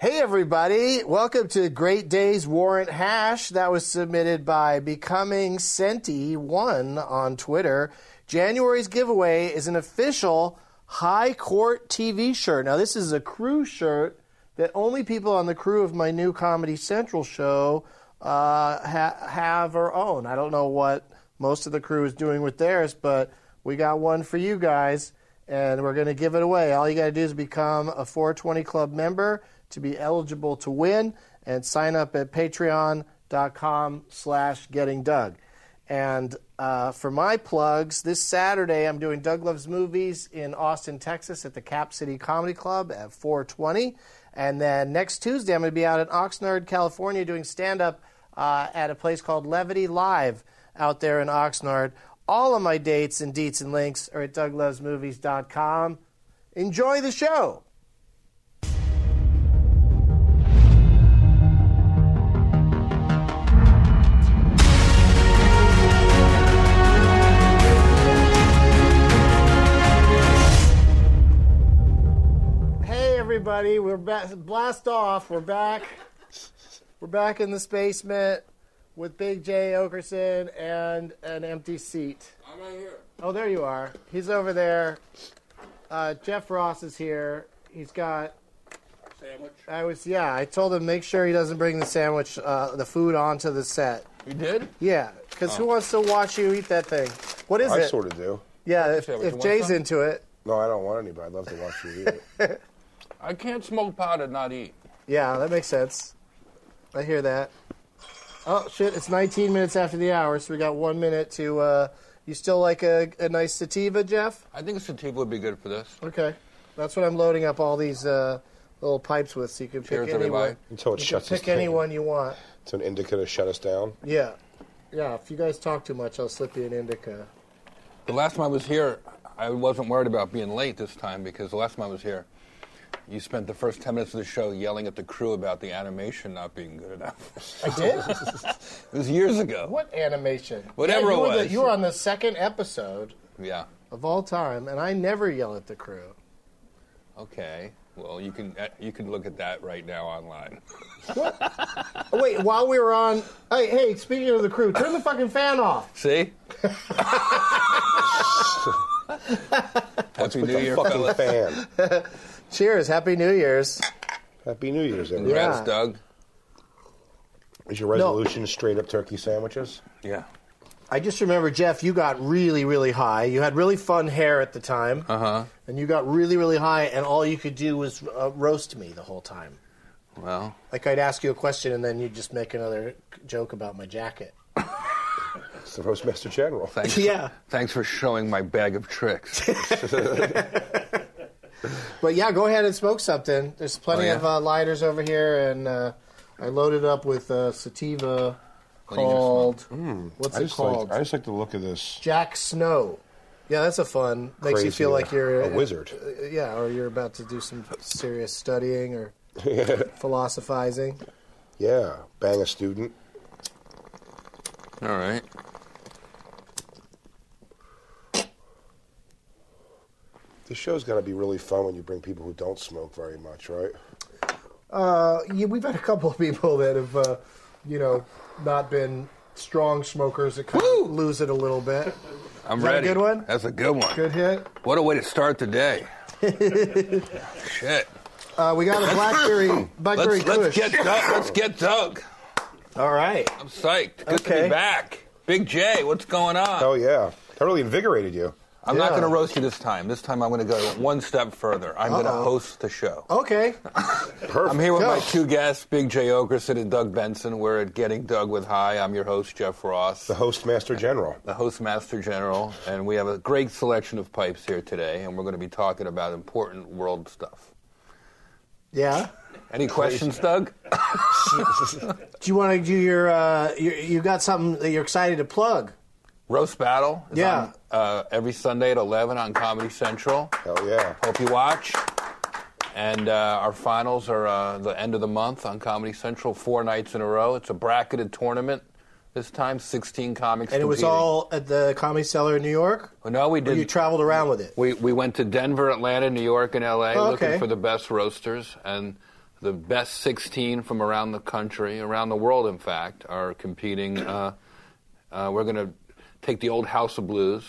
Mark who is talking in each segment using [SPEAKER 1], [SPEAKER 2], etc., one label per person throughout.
[SPEAKER 1] Hey, everybody. Welcome to Great Days Warrant Hash. That was submitted by Becoming Senti1 on Twitter. January's giveaway is an official High Court TV shirt. Now, this is a crew shirt that only people on the crew of my new Comedy Central show uh, ha- have or own. I don't know what most of the crew is doing with theirs, but we got one for you guys, and we're going to give it away. All you got to do is become a 420 Club member to be eligible to win, and sign up at patreon.com slash getting Doug. And uh, for my plugs, this Saturday I'm doing Doug Loves Movies in Austin, Texas at the Cap City Comedy Club at 420. And then next Tuesday I'm going to be out in Oxnard, California doing stand up uh, at a place called Levity Live out there in Oxnard. All of my dates and deets and links are at douglovesmovies.com. Enjoy the show. Hey everybody, we're ba- blast off. We're back. We're back in this basement with Big J Okerson and an empty seat.
[SPEAKER 2] I'm right here.
[SPEAKER 1] Oh, there you are. He's over there. Uh, Jeff Ross is here. He's got.
[SPEAKER 2] Sandwich.
[SPEAKER 1] I was yeah. I told him make sure he doesn't bring the sandwich, uh, the food onto the set.
[SPEAKER 2] You did?
[SPEAKER 1] Yeah, because who wants to watch you eat that thing? What is
[SPEAKER 3] I
[SPEAKER 1] it?
[SPEAKER 3] sort of do.
[SPEAKER 1] yeah, if,
[SPEAKER 2] Yeah, would you
[SPEAKER 1] if
[SPEAKER 2] want
[SPEAKER 1] Jay's
[SPEAKER 2] some?
[SPEAKER 1] into it,
[SPEAKER 3] No, I don't want any, but I'd love to watch you eat it.
[SPEAKER 2] I can't smoke pot and not eat.
[SPEAKER 1] Yeah, that makes sense. I hear that. Oh shit! It's 19 minutes after the hour, so we got one minute to. Uh, you still like a, a nice sativa, Jeff?
[SPEAKER 2] I think sativa would be good for this.
[SPEAKER 1] Okay, that's what I'm loading up all these uh, little pipes with, so you can
[SPEAKER 2] Cheers,
[SPEAKER 1] pick anyone.
[SPEAKER 2] everybody.
[SPEAKER 3] Until it
[SPEAKER 1] You can
[SPEAKER 3] shuts us
[SPEAKER 1] pick
[SPEAKER 3] down.
[SPEAKER 1] anyone you want.
[SPEAKER 3] It's an indica to shut us down.
[SPEAKER 1] Yeah, yeah. If you guys talk too much, I'll slip you an indica.
[SPEAKER 2] The last time I was here, I wasn't worried about being late this time because the last time I was here, you spent the first 10 minutes of the show yelling at the crew about the animation not being good enough.
[SPEAKER 1] I did.
[SPEAKER 2] it was years ago.
[SPEAKER 1] what animation?
[SPEAKER 2] Whatever
[SPEAKER 1] yeah, you
[SPEAKER 2] it
[SPEAKER 1] Were the,
[SPEAKER 2] was.
[SPEAKER 1] you were on the second episode
[SPEAKER 2] Yeah.
[SPEAKER 1] of all time, and I never yell at the crew.
[SPEAKER 2] Okay. Well, you can uh, you can look at that right now online.
[SPEAKER 1] Oh, wait, while we were on, hey, hey, speaking of the crew, turn the fucking fan off.
[SPEAKER 2] See? Happy
[SPEAKER 3] With
[SPEAKER 2] New
[SPEAKER 3] the
[SPEAKER 2] Year,
[SPEAKER 3] fucking
[SPEAKER 2] fellas.
[SPEAKER 3] fan.
[SPEAKER 1] Cheers. Happy New Year's.
[SPEAKER 3] Happy New Year's, everyone.
[SPEAKER 2] Congrats,
[SPEAKER 1] Yeah.
[SPEAKER 2] Doug.
[SPEAKER 3] Is your resolution straight up turkey sandwiches?
[SPEAKER 2] Yeah.
[SPEAKER 1] I just remember, Jeff, you got really, really high. You had really fun hair at the time.
[SPEAKER 2] Uh-huh.
[SPEAKER 1] Uh huh. And you got really, really high, and all you could do was uh, roast me the whole time.
[SPEAKER 2] Well,
[SPEAKER 1] Like, I'd ask you a question, and then you'd just make another joke about my jacket.
[SPEAKER 3] It's the Roastmaster General.
[SPEAKER 2] thanks.
[SPEAKER 1] Yeah.
[SPEAKER 2] Thanks for showing my bag of tricks.
[SPEAKER 1] But yeah, go ahead and smoke something. There's plenty
[SPEAKER 2] Oh, yeah?
[SPEAKER 1] of uh, lighters over here, and uh, I loaded up with uh, sativa
[SPEAKER 2] do you gonna
[SPEAKER 1] called. what's
[SPEAKER 3] I
[SPEAKER 1] it
[SPEAKER 3] just,
[SPEAKER 1] called?
[SPEAKER 3] like, I just like the look of this.
[SPEAKER 1] Jack Snow. Yeah, that's a fun. Makes you
[SPEAKER 3] crazy- uh,
[SPEAKER 1] feel like you're uh,
[SPEAKER 3] a wizard.
[SPEAKER 1] Yeah, or you're about to do some serious studying or philosophizing.
[SPEAKER 3] Yeah, bang a student.
[SPEAKER 2] All right.
[SPEAKER 3] This show's got to be really fun when you bring people who don't smoke very much, right?
[SPEAKER 1] Uh, yeah, we've had a couple of people that have, uh, you know, not been strong smokers that kind of lose it a little bit.
[SPEAKER 2] I'm
[SPEAKER 1] Is that a
[SPEAKER 2] ready.
[SPEAKER 1] good one?
[SPEAKER 2] That's a good one.
[SPEAKER 1] Good hit.
[SPEAKER 2] What a way to start the day. Shit.
[SPEAKER 1] Uh, we got a blackberry blackberry
[SPEAKER 2] Let's, let's
[SPEAKER 1] kush.
[SPEAKER 2] get Doug. Let's get Doug.
[SPEAKER 1] All right.
[SPEAKER 2] I'm psyched. Good to
[SPEAKER 1] Okay.
[SPEAKER 2] be back. Big J, what's going on?
[SPEAKER 3] Oh, yeah. That really invigorated you.
[SPEAKER 2] I'm not
[SPEAKER 1] yeah.
[SPEAKER 2] going to roast you this time. This time I'm going to go one step further. I'm going to host the show.
[SPEAKER 1] Okay.
[SPEAKER 3] Perfect.
[SPEAKER 2] I'm here with
[SPEAKER 1] Oh, Go.
[SPEAKER 2] my two guests, Big J Ogerson and Doug Benson. We're at Getting Doug with High. I'm your host, Jeff Ross.
[SPEAKER 3] The Hostmaster General.
[SPEAKER 2] the host master general, and we have a great selection of pipes here today, and we're going to be talking about important world stuff.
[SPEAKER 1] Yeah.
[SPEAKER 2] Any questions, Doug?
[SPEAKER 1] Do you want to do your, uh, your? You got something that you're excited to plug?
[SPEAKER 2] Roast Battle is
[SPEAKER 1] Yeah.
[SPEAKER 2] on uh, every Sunday at 11 on Comedy Central.
[SPEAKER 3] Hell yeah.
[SPEAKER 2] Hope you watch. And uh, our finals are uh, the end of the month on Comedy Central, four nights in a row. It's a bracketed tournament this time, 16 comics
[SPEAKER 1] And it was
[SPEAKER 2] competing.
[SPEAKER 1] all at the Comedy Cellar in New York.
[SPEAKER 2] No, we
[SPEAKER 1] Or
[SPEAKER 2] didn't.
[SPEAKER 1] you traveled around with it.
[SPEAKER 2] We we went to Denver, Atlanta, New York, and L.A.
[SPEAKER 1] Oh, okay.
[SPEAKER 2] looking for the best roasters, and the best 16 from around the country, around the world, in fact, are competing. Uh, uh, we're going to take the old House of Blues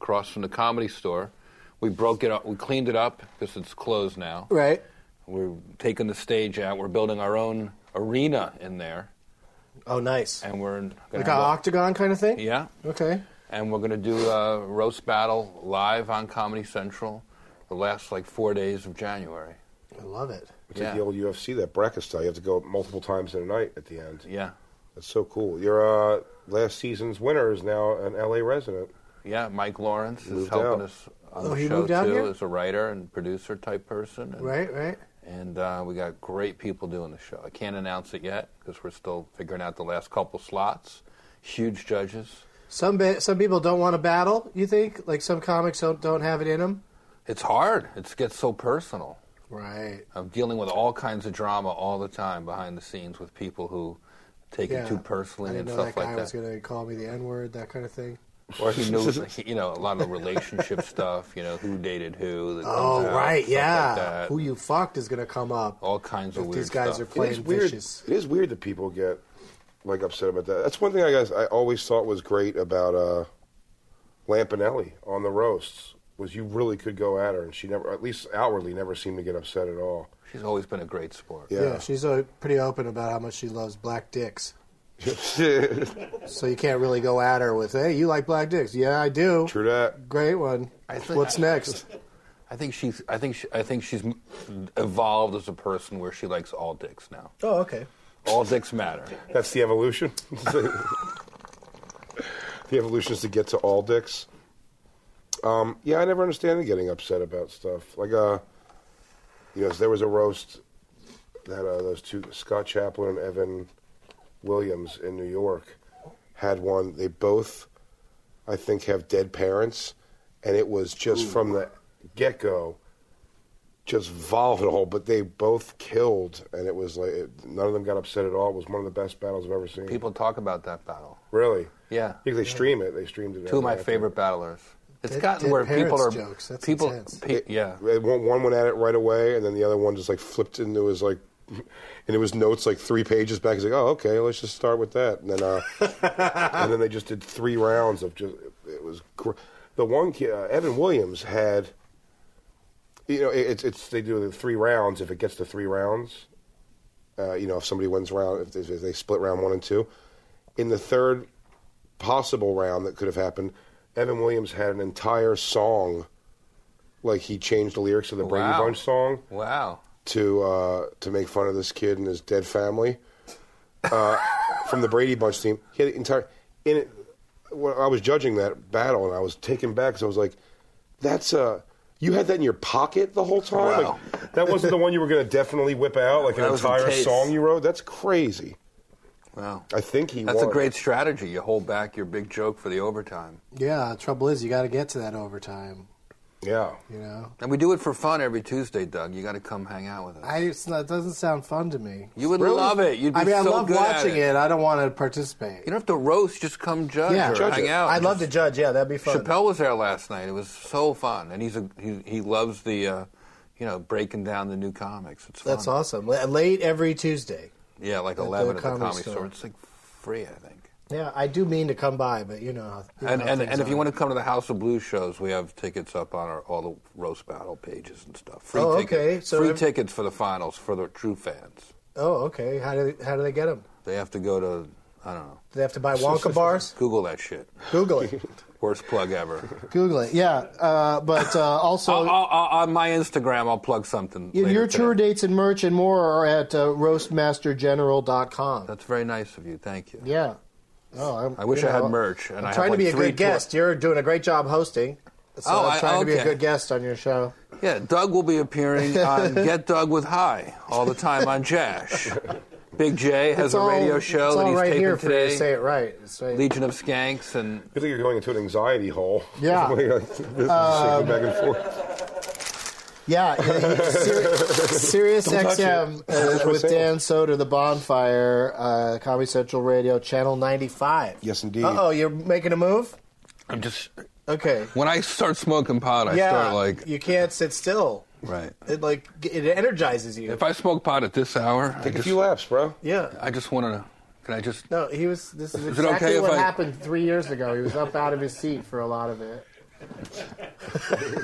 [SPEAKER 2] across from the Comedy Store. We broke it up. We cleaned it up because it's closed now.
[SPEAKER 1] Right.
[SPEAKER 2] We're taking the stage out. We're building our own arena in there,
[SPEAKER 1] Oh, nice.
[SPEAKER 2] and we're gonna
[SPEAKER 1] Like an
[SPEAKER 2] have a-
[SPEAKER 1] octagon kind of thing?
[SPEAKER 2] yeah.
[SPEAKER 1] Okay.
[SPEAKER 2] And we're going to do a roast battle live on Comedy Central the last like four days of January.
[SPEAKER 1] I love it.
[SPEAKER 3] It's like
[SPEAKER 2] Yeah.
[SPEAKER 3] the old UFC, that bracket style. You have to go multiple times in a night at the end.
[SPEAKER 2] Yeah,
[SPEAKER 3] That's so cool. Your uh, last season's winner is now an LA resident.
[SPEAKER 2] yeah. Mike Lawrence is
[SPEAKER 3] Moved
[SPEAKER 2] helping
[SPEAKER 3] out.
[SPEAKER 2] us on
[SPEAKER 1] Oh,
[SPEAKER 2] the
[SPEAKER 1] he
[SPEAKER 2] show
[SPEAKER 1] moved out
[SPEAKER 2] too,
[SPEAKER 1] here?
[SPEAKER 2] as a writer and producer type person. And,
[SPEAKER 1] Right, right.
[SPEAKER 2] And uh, we got great people doing the show. I can't announce it yet because we're still figuring out the last couple slots. Huge judges.
[SPEAKER 1] Some ba- some people don't want to battle. You think like some comics don't don't have it in them.
[SPEAKER 2] It's hard. It gets so personal.
[SPEAKER 1] Right.
[SPEAKER 2] I'm dealing with all kinds of drama all the time behind the scenes with people who take it too
[SPEAKER 1] I
[SPEAKER 2] personally
[SPEAKER 1] didn't
[SPEAKER 2] and
[SPEAKER 1] know
[SPEAKER 2] stuff
[SPEAKER 1] that guy
[SPEAKER 2] like
[SPEAKER 1] was going to call me the N word, that kind of thing.
[SPEAKER 2] or he knows, like, you know, a lot of relationship stuff. You know, who dated who. That comes
[SPEAKER 1] Oh,
[SPEAKER 2] out,
[SPEAKER 1] right,
[SPEAKER 2] stuff
[SPEAKER 1] yeah.
[SPEAKER 2] Like that. Oh,
[SPEAKER 1] Who you fucked is going to come up.
[SPEAKER 2] all kinds of
[SPEAKER 1] if
[SPEAKER 2] weird
[SPEAKER 1] these guys
[SPEAKER 2] stuff.
[SPEAKER 1] are playing
[SPEAKER 3] it is weird.
[SPEAKER 1] vicious.
[SPEAKER 3] It is weird that people get like upset about that. That's one thing I guess I always thought was great about uh, Lampanelli on the roasts was you really could go at her, and she never, at least outwardly, never seemed to get upset at all.
[SPEAKER 2] She's always been a great sport.
[SPEAKER 1] Yeah,
[SPEAKER 3] Yeah.
[SPEAKER 1] she's uh, pretty open about how much she loves black dicks.
[SPEAKER 3] True
[SPEAKER 1] So you can't really go at her with, "Hey, you like black dicks?" Yeah, I do.
[SPEAKER 3] that.
[SPEAKER 1] Great one.
[SPEAKER 2] I think-
[SPEAKER 1] What's next?
[SPEAKER 2] I think she's. I think. She, I think she's m- evolved as a person where she likes all dicks now.
[SPEAKER 1] Oh, okay.
[SPEAKER 2] All dicks matter.
[SPEAKER 3] That's the evolution. the evolution is to get to all dicks. Um, yeah, I never understand getting upset about stuff. Like, uh, you know, there was a roast that uh, those two, Scott Chaplin and Evan Williams in New York, had one. They both, I think, have dead parents, and it was just from the get go just volatile, but they both killed, and it was like it, none of them got upset at all. It was one of the best battles I've ever seen.
[SPEAKER 2] People talk about that battle.
[SPEAKER 3] really?
[SPEAKER 2] Yeah.
[SPEAKER 3] I think they stream it. They streamed
[SPEAKER 2] Two
[SPEAKER 3] it.
[SPEAKER 2] of
[SPEAKER 3] every
[SPEAKER 2] my
[SPEAKER 3] night.
[SPEAKER 2] favorite battlers. It's
[SPEAKER 1] Dead-
[SPEAKER 2] gotten
[SPEAKER 1] dead
[SPEAKER 2] where people
[SPEAKER 1] parents
[SPEAKER 2] are
[SPEAKER 1] jokes. That's
[SPEAKER 2] people.
[SPEAKER 1] intense.
[SPEAKER 2] Pe- yeah.
[SPEAKER 3] They- One one went at it right away, and then the other one just like flipped into his like, and it was notes like three pages back. He's like, "Oh, okay, let's just start with that." And then, uh, and then they just did three rounds of just. It was gr- the one kid, uh, Evan Williams had. You know, it, it's it's they do the three rounds. If it gets to three rounds, uh, you know, if somebody wins round, if they, if they split round one and two, in the third possible round that could have happened, Evan Williams had an entire song, like he changed the lyrics of the Brady
[SPEAKER 2] Wow.
[SPEAKER 3] Bunch song
[SPEAKER 2] Wow.
[SPEAKER 3] to uh, to make fun of this kid and his dead family uh, from the Brady Bunch team. He had the entire in it. When I was judging that battle, and I was taken back because I was like, "That's a." You had that in your pocket the whole time.
[SPEAKER 2] Wow.
[SPEAKER 3] Like, that wasn't the one you were going to definitely whip out, like an
[SPEAKER 2] That was
[SPEAKER 3] entire
[SPEAKER 2] intense.
[SPEAKER 3] song you wrote. That's crazy.
[SPEAKER 2] Wow.
[SPEAKER 3] I think he.
[SPEAKER 2] That's a
[SPEAKER 3] won.
[SPEAKER 2] great strategy. You hold back your big joke for the overtime.
[SPEAKER 1] Yeah. Trouble is, you got to get to that overtime.
[SPEAKER 3] Yeah.
[SPEAKER 1] You know,
[SPEAKER 2] And we do it for fun every Tuesday, Doug. You got to come hang out with us.
[SPEAKER 1] I it's not, it doesn't sound fun to me.
[SPEAKER 2] you would love it. You'd be
[SPEAKER 1] I mean, I
[SPEAKER 2] so
[SPEAKER 1] love
[SPEAKER 2] good at
[SPEAKER 1] watching it. I don't want to participate.
[SPEAKER 2] You don't have to roast. Just come judge
[SPEAKER 1] yeah,
[SPEAKER 2] or hang out.
[SPEAKER 1] I'd love to judge. Yeah, that'd be fun.
[SPEAKER 2] Chappelle was there last night. It was so fun, and he's a he, he loves the, uh, you know, breaking down the new comics. It's fun.
[SPEAKER 1] That's awesome. La- Late every Tuesday.
[SPEAKER 2] Yeah, like eleven at the
[SPEAKER 1] Comedy
[SPEAKER 2] comedy,
[SPEAKER 1] Store.
[SPEAKER 2] store. It's like free, I think.
[SPEAKER 1] Yeah, I do mean to come by, but you know. how- you know
[SPEAKER 2] And
[SPEAKER 1] how
[SPEAKER 2] and,
[SPEAKER 1] things
[SPEAKER 2] and if you
[SPEAKER 1] are.
[SPEAKER 2] want to come to the House of Blues shows, we have tickets up on our all the roast battle pages and stuff. Free
[SPEAKER 1] Oh,
[SPEAKER 2] ticket-
[SPEAKER 1] okay. So
[SPEAKER 2] free
[SPEAKER 1] if-
[SPEAKER 2] tickets for the finals for the true fans.
[SPEAKER 1] Oh, okay. How do how do they get them?
[SPEAKER 2] They have to go to I don't know.
[SPEAKER 1] Do they have to buy Wonka bars?
[SPEAKER 2] Google that shit.
[SPEAKER 1] Google it.
[SPEAKER 2] Worst plug ever.
[SPEAKER 1] Google it. Yeah, uh, but uh, also.
[SPEAKER 2] I'll, I'll, I'll, on my Instagram, I'll plug something.
[SPEAKER 1] your-
[SPEAKER 2] later
[SPEAKER 1] your tour
[SPEAKER 2] today.
[SPEAKER 1] dates and merch and more are at uh, roastmastergeneral.com.
[SPEAKER 2] That's very nice of you. Thank you.
[SPEAKER 1] Yeah. Oh, I'm,
[SPEAKER 2] I wish
[SPEAKER 1] you
[SPEAKER 2] I had
[SPEAKER 1] know,
[SPEAKER 2] merch. And
[SPEAKER 1] I'm
[SPEAKER 2] I
[SPEAKER 1] trying to
[SPEAKER 2] have
[SPEAKER 1] be
[SPEAKER 2] like
[SPEAKER 1] a
[SPEAKER 2] three
[SPEAKER 1] good
[SPEAKER 2] tour-
[SPEAKER 1] guest. You're doing a great job hosting. So
[SPEAKER 2] Oh,
[SPEAKER 1] I'm
[SPEAKER 2] I-
[SPEAKER 1] trying to be a
[SPEAKER 2] okay.
[SPEAKER 1] good guest on your show.
[SPEAKER 2] Yeah, Doug will be appearing on Get Doug with High all the time on Jash. Big J has
[SPEAKER 1] It's
[SPEAKER 2] a
[SPEAKER 1] all-
[SPEAKER 2] radio show
[SPEAKER 1] it's
[SPEAKER 2] that
[SPEAKER 1] all
[SPEAKER 2] he's
[SPEAKER 1] right
[SPEAKER 2] taping
[SPEAKER 1] here for you
[SPEAKER 2] today.
[SPEAKER 1] to say it right. It's right.
[SPEAKER 2] Legion of Skanks and
[SPEAKER 3] I think you're going into an anxiety hole.
[SPEAKER 1] Yeah.
[SPEAKER 3] Like, this is shaking back and forth.
[SPEAKER 1] Yeah, Sirius XM
[SPEAKER 3] touch it. That's
[SPEAKER 1] uh,
[SPEAKER 3] what
[SPEAKER 1] with
[SPEAKER 3] it
[SPEAKER 1] Dan Soder, The Bonfire, uh, Comedy Central Radio, Channel 95.
[SPEAKER 3] Yes, indeed.
[SPEAKER 1] Uh oh, you're making a move?
[SPEAKER 2] I'm just
[SPEAKER 1] Okay.
[SPEAKER 2] when I start smoking pot, I
[SPEAKER 1] yeah,
[SPEAKER 2] start like
[SPEAKER 1] you can't sit still.
[SPEAKER 2] Right.
[SPEAKER 1] It like it energizes you.
[SPEAKER 2] If I smoke pot at this hour, I
[SPEAKER 3] Take a
[SPEAKER 2] just,
[SPEAKER 3] few laps, bro.
[SPEAKER 1] yeah.
[SPEAKER 2] I just want to. Can I just?
[SPEAKER 1] No, he was. This is
[SPEAKER 2] it
[SPEAKER 1] exactly
[SPEAKER 2] okay if
[SPEAKER 1] what
[SPEAKER 2] I-
[SPEAKER 1] happened three years ago. He was up out of his seat for a lot of it.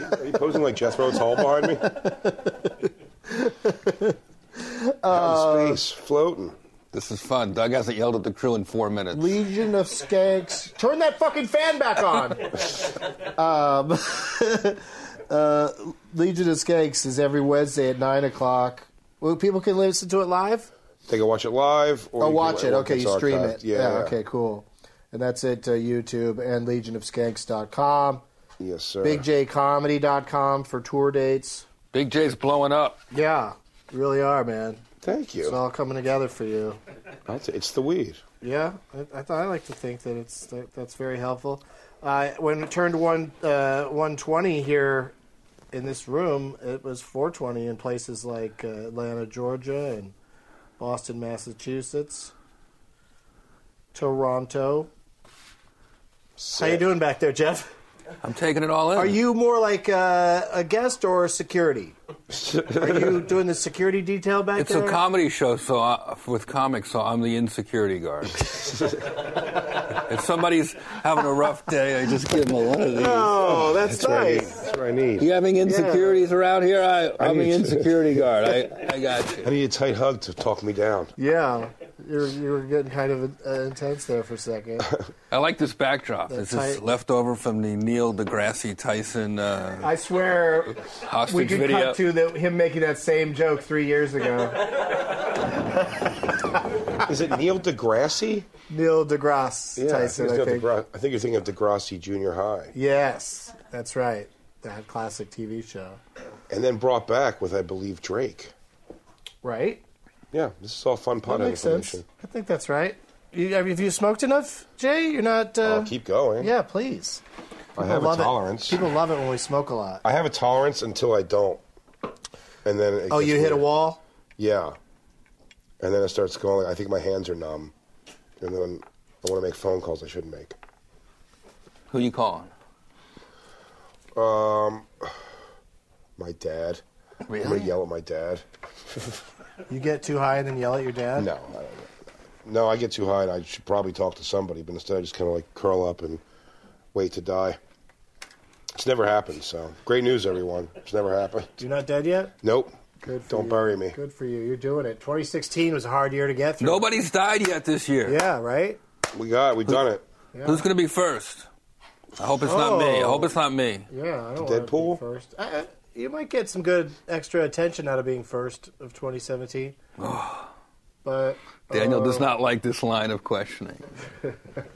[SPEAKER 3] Are you posing like Jethro Tull behind me? Out
[SPEAKER 1] Uh,
[SPEAKER 3] in space, floating.
[SPEAKER 2] This is fun. Doug hasn't yelled at the crew in four minutes.
[SPEAKER 1] Legion of Skanks. Turn that fucking fan back on. um, uh, Legion of Skanks is every Wednesday at nine o'clock. Well, people can listen to it live.
[SPEAKER 3] They can watch it live. Or
[SPEAKER 1] Oh,
[SPEAKER 3] you can
[SPEAKER 1] watch
[SPEAKER 3] wa-
[SPEAKER 1] it. Okay,
[SPEAKER 3] it's
[SPEAKER 1] you stream
[SPEAKER 3] archived.
[SPEAKER 1] it.
[SPEAKER 3] Yeah.
[SPEAKER 1] Okay. Cool. And that's at uh, YouTube and legionofskanks.com,
[SPEAKER 3] Yes, sir.
[SPEAKER 1] bigjcomedy.com for tour dates.
[SPEAKER 2] Big J's blowing up.
[SPEAKER 1] Yeah, you really are, man. It's
[SPEAKER 3] Thank you.
[SPEAKER 1] all coming together for you.
[SPEAKER 3] I'll t- it's the weed.
[SPEAKER 1] Yeah, I, I, th- I like to think that it's that, that's very helpful. Uh, when it turned one uh, one twenty here in this room, it was four twenty in places like uh, Atlanta, Georgia, and Boston, Massachusetts, Toronto. How you
[SPEAKER 3] Sick.
[SPEAKER 1] doing back there, Jeff?
[SPEAKER 2] I'm taking it all in.
[SPEAKER 1] Are you more like uh, a guest or security? Are you doing the security detail back
[SPEAKER 2] It's
[SPEAKER 1] there?
[SPEAKER 2] a comedy show, so I, with comics, so I'm the insecurity guard. if somebody's having a rough day, I just give them one of these.
[SPEAKER 1] oh, that's,
[SPEAKER 3] That's what I need. That's what I need.
[SPEAKER 2] You having insecurities around here? I, I'm
[SPEAKER 3] need
[SPEAKER 2] the
[SPEAKER 3] to-
[SPEAKER 2] insecurity guard. I, I got
[SPEAKER 3] I
[SPEAKER 2] you.
[SPEAKER 3] need a tight hug to talk me down.
[SPEAKER 1] Yeah, you're you're getting kind of uh, intense there for a second.
[SPEAKER 2] I like this backdrop. This is
[SPEAKER 1] tight-
[SPEAKER 2] leftover from the Neil deGrasse Tyson uh,
[SPEAKER 1] I swear, we
[SPEAKER 2] hostage
[SPEAKER 1] could
[SPEAKER 2] video.
[SPEAKER 1] cut to the, him making that same joke three years ago.
[SPEAKER 3] Is it Neil deGrasse?
[SPEAKER 1] Neil deGrasse Tyson,
[SPEAKER 3] it's
[SPEAKER 1] I
[SPEAKER 3] Neil
[SPEAKER 1] think.
[SPEAKER 3] deGra- I think you're thinking of Degrassi Junior High,
[SPEAKER 1] Yes, that's right. That classic TV show,
[SPEAKER 3] and then brought back with, I believe, Drake.
[SPEAKER 1] right?
[SPEAKER 3] Yeah, this is all fun
[SPEAKER 1] That
[SPEAKER 3] pot
[SPEAKER 1] makes sense.
[SPEAKER 3] information.
[SPEAKER 1] I think that's right. You, have have you smoked enough, Jay? You're not. Uh,
[SPEAKER 3] I'll keep going.
[SPEAKER 1] Yeah, please.
[SPEAKER 3] I have a
[SPEAKER 1] love it.
[SPEAKER 3] tolerance.
[SPEAKER 1] People love it when we smoke a lot.
[SPEAKER 3] I have a tolerance until I don't, and then it
[SPEAKER 1] Oh,
[SPEAKER 3] gets
[SPEAKER 1] you hit a
[SPEAKER 3] weird.
[SPEAKER 1] wall.
[SPEAKER 3] Yeah, and then it starts going. I think my hands are numb, and then I want to make phone calls I shouldn't make.
[SPEAKER 2] Who you calling?
[SPEAKER 3] Um, My dad. I'm
[SPEAKER 2] Really?
[SPEAKER 3] gonna yell at my dad.
[SPEAKER 1] You get too high and then yell at your dad.
[SPEAKER 3] No, I don't know. No, I get too high, and I should probably talk to somebody, but instead I just kind of like curl up and wait to die. It's never happened, so great news, everyone. It's never happened.
[SPEAKER 1] You're not dead yet.
[SPEAKER 3] Nope.
[SPEAKER 1] Good for
[SPEAKER 3] Don't
[SPEAKER 1] you.
[SPEAKER 3] bury me.
[SPEAKER 1] Good for you. You're doing it. 2016 was a hard year to get through.
[SPEAKER 2] Nobody's died yet this year.
[SPEAKER 1] Yeah, right?
[SPEAKER 3] We got it. We done it.
[SPEAKER 2] Who's going to be first? I hope it's not me. I
[SPEAKER 1] Oh.
[SPEAKER 2] hope it's not me.
[SPEAKER 1] Yeah, I don't wanna
[SPEAKER 3] Deadpool?
[SPEAKER 1] be first. I, I, you might get some good extra attention out of being first of 2017. but
[SPEAKER 2] Daniel
[SPEAKER 1] uh,
[SPEAKER 2] does not like this line of questioning.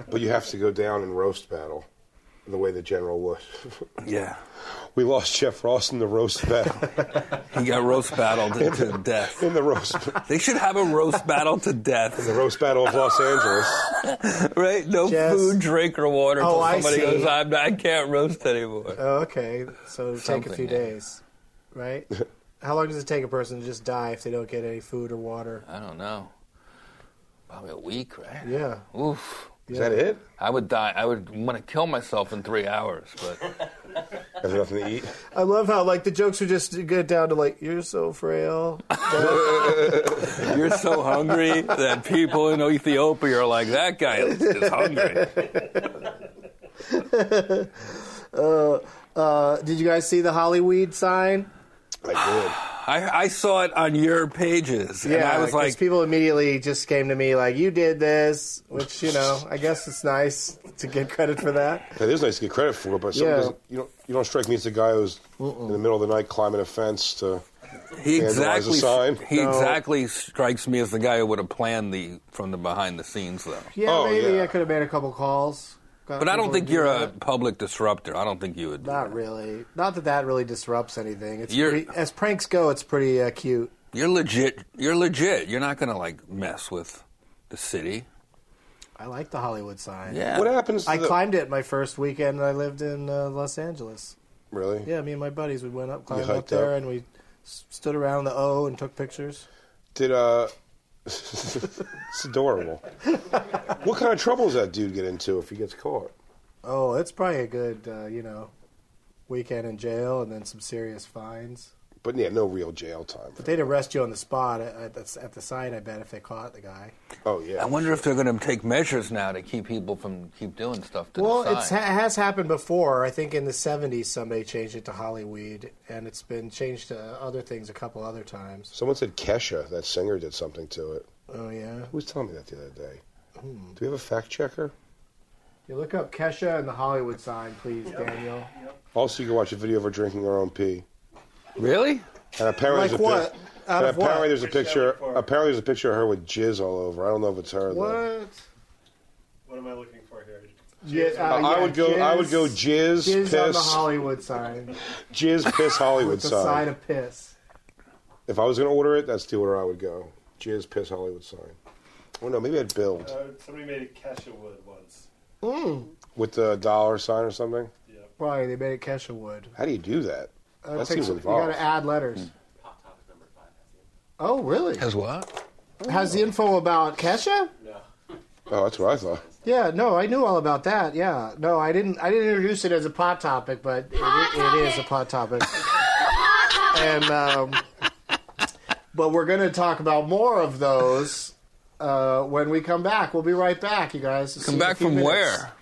[SPEAKER 3] But you have to go down in roast battle the way the general would.
[SPEAKER 2] Yeah.
[SPEAKER 3] we lost Jeff Ross in the roast battle.
[SPEAKER 2] He got roast battled to death.
[SPEAKER 3] in the roast in
[SPEAKER 2] They should have a roast battle to death,
[SPEAKER 3] the roast battle of Los Angeles.
[SPEAKER 2] right? No
[SPEAKER 1] Just-
[SPEAKER 2] food, drink, or water
[SPEAKER 1] Oh,
[SPEAKER 2] until
[SPEAKER 1] I
[SPEAKER 2] somebody
[SPEAKER 1] see.
[SPEAKER 2] goes, I'm, I can't roast anymore.
[SPEAKER 1] Oh, okay, so it'll take a
[SPEAKER 2] Something,
[SPEAKER 1] few
[SPEAKER 2] yeah.
[SPEAKER 1] days, right? How long does it take a person to just die if they don't get any food or water?
[SPEAKER 2] I don't know. Probably a week, right?
[SPEAKER 1] Yeah.
[SPEAKER 2] Oof.
[SPEAKER 3] Is that it?
[SPEAKER 2] I would die. I would want to kill myself in three hours, but
[SPEAKER 3] Have nothing to eat.
[SPEAKER 1] I love how like the jokes are just get down to like you're so frail.
[SPEAKER 2] you're so hungry that people in Ethiopia are like, that guy is is hungry.
[SPEAKER 1] Uh, did you guys see the Hollyweed sign?
[SPEAKER 3] I
[SPEAKER 2] I, I saw it on your pages, and I was
[SPEAKER 1] 'cause
[SPEAKER 2] like,
[SPEAKER 1] people immediately just came to me like, "You did this," which you know, I guess it's nice to get credit for that.
[SPEAKER 3] did. It is nice to get credit for, but some
[SPEAKER 1] Yeah.
[SPEAKER 3] doesn't- you don't you don't strike me as the guy who's in the middle of the night climbing a fence to.
[SPEAKER 2] he
[SPEAKER 3] vandalize a
[SPEAKER 2] exactly
[SPEAKER 3] sign.
[SPEAKER 2] he
[SPEAKER 1] No.
[SPEAKER 2] exactly strikes me as the guy who would have planned the from the behind the scenes though.
[SPEAKER 1] Yeah,
[SPEAKER 3] Oh,
[SPEAKER 1] maybe
[SPEAKER 3] yeah.
[SPEAKER 1] I could have made a couple calls. Got
[SPEAKER 2] But I don't
[SPEAKER 1] people
[SPEAKER 2] think
[SPEAKER 1] to do
[SPEAKER 2] you're a
[SPEAKER 1] that.
[SPEAKER 2] public disruptor. I don't think you would. do
[SPEAKER 1] Not
[SPEAKER 2] that.
[SPEAKER 1] really. Not that that really disrupts anything. It's
[SPEAKER 2] You're-
[SPEAKER 1] pretty, as pranks go, it's pretty uh, cute.
[SPEAKER 2] You're legit. You're legit. You're not gonna like mess with the city.
[SPEAKER 1] I like the Hollywood sign.
[SPEAKER 2] Yeah.
[SPEAKER 3] What happens? To
[SPEAKER 1] I
[SPEAKER 3] the-
[SPEAKER 1] climbed it my first weekend I lived in uh, Los Angeles.
[SPEAKER 3] Really?
[SPEAKER 1] Yeah, me and my buddies we went up, climbed up
[SPEAKER 3] hiked
[SPEAKER 1] there,
[SPEAKER 3] up.
[SPEAKER 1] and we s- stood around the O and took pictures.
[SPEAKER 3] Did uh, it's adorable. what kind of trouble does that dude get into if he gets caught?
[SPEAKER 1] Oh, it's probably a good, uh, you know, weekend in jail and then some serious fines.
[SPEAKER 3] But yeah, no real jail time. for-
[SPEAKER 1] They'd arrest you on the spot at, at, the, at the site, I bet, if they caught the guy.
[SPEAKER 3] oh yeah.
[SPEAKER 2] I wonder if they're going to take measures now to keep people from keep doing stuff to
[SPEAKER 1] Well,
[SPEAKER 2] the
[SPEAKER 1] it's, ha-
[SPEAKER 2] side.
[SPEAKER 1] has happened before. I think in the 70s, somebody changed it to Hollyweed, and it's been changed to other things a couple other times.
[SPEAKER 3] Someone said Kesha, that singer, did something to it.
[SPEAKER 1] Oh, yeah.
[SPEAKER 3] Who was telling me that the other day?
[SPEAKER 1] Hmm.
[SPEAKER 3] Do we have a fact checker?
[SPEAKER 1] You look up Kesha and the Hollywood sign, please, Daniel.
[SPEAKER 3] Also, you can watch a video of her drinking her own pee.
[SPEAKER 2] really?
[SPEAKER 3] And apparently,
[SPEAKER 1] Like
[SPEAKER 3] there's a
[SPEAKER 1] what?
[SPEAKER 3] pic-
[SPEAKER 1] Out
[SPEAKER 3] and
[SPEAKER 1] of what?
[SPEAKER 3] apparently there's a
[SPEAKER 4] They're
[SPEAKER 3] picture.
[SPEAKER 4] selling for it.
[SPEAKER 3] Apparently, there's a picture of her with jizz all over. I don't know if it's her. though. Uh,
[SPEAKER 1] What?
[SPEAKER 4] What am I looking for here?
[SPEAKER 1] Yeah,
[SPEAKER 3] Uh,
[SPEAKER 1] uh,
[SPEAKER 3] I
[SPEAKER 1] yeah,
[SPEAKER 3] would go. I would go
[SPEAKER 1] jizz,
[SPEAKER 3] jizz,
[SPEAKER 1] jizz on the
[SPEAKER 3] piss,
[SPEAKER 1] Hollywood sign.
[SPEAKER 3] jizz, piss Hollywood
[SPEAKER 1] With the sign
[SPEAKER 3] sign.
[SPEAKER 1] of piss.
[SPEAKER 3] If I was going to order it, that's the order I would go. Jizz, piss Hollywood sign. Oh no, maybe I'd build
[SPEAKER 4] Uh, somebody made a Kesha wood once.
[SPEAKER 3] with the dollar sign or something.
[SPEAKER 4] Yeah.
[SPEAKER 1] Probably they made it Kesha Wood.
[SPEAKER 3] How do you do that?
[SPEAKER 1] Uh,
[SPEAKER 3] That
[SPEAKER 1] it takes-
[SPEAKER 3] seems Hmm.
[SPEAKER 1] you got
[SPEAKER 3] involved.
[SPEAKER 1] to add letters. Oh, really?
[SPEAKER 2] Has what?
[SPEAKER 1] Has the info about Kesha?
[SPEAKER 3] Oh, that's what I thought.
[SPEAKER 1] Yeah, no, I knew all about that. Yeah, no, I didn't. I didn't introduce it as a pot topic, but it, it is a pot topic. and um, but we're going to talk about more of those uh, when we come back. We'll be right back, you guys. See you
[SPEAKER 2] Come
[SPEAKER 1] in a
[SPEAKER 2] back
[SPEAKER 1] few
[SPEAKER 2] from
[SPEAKER 1] minutes.
[SPEAKER 2] where?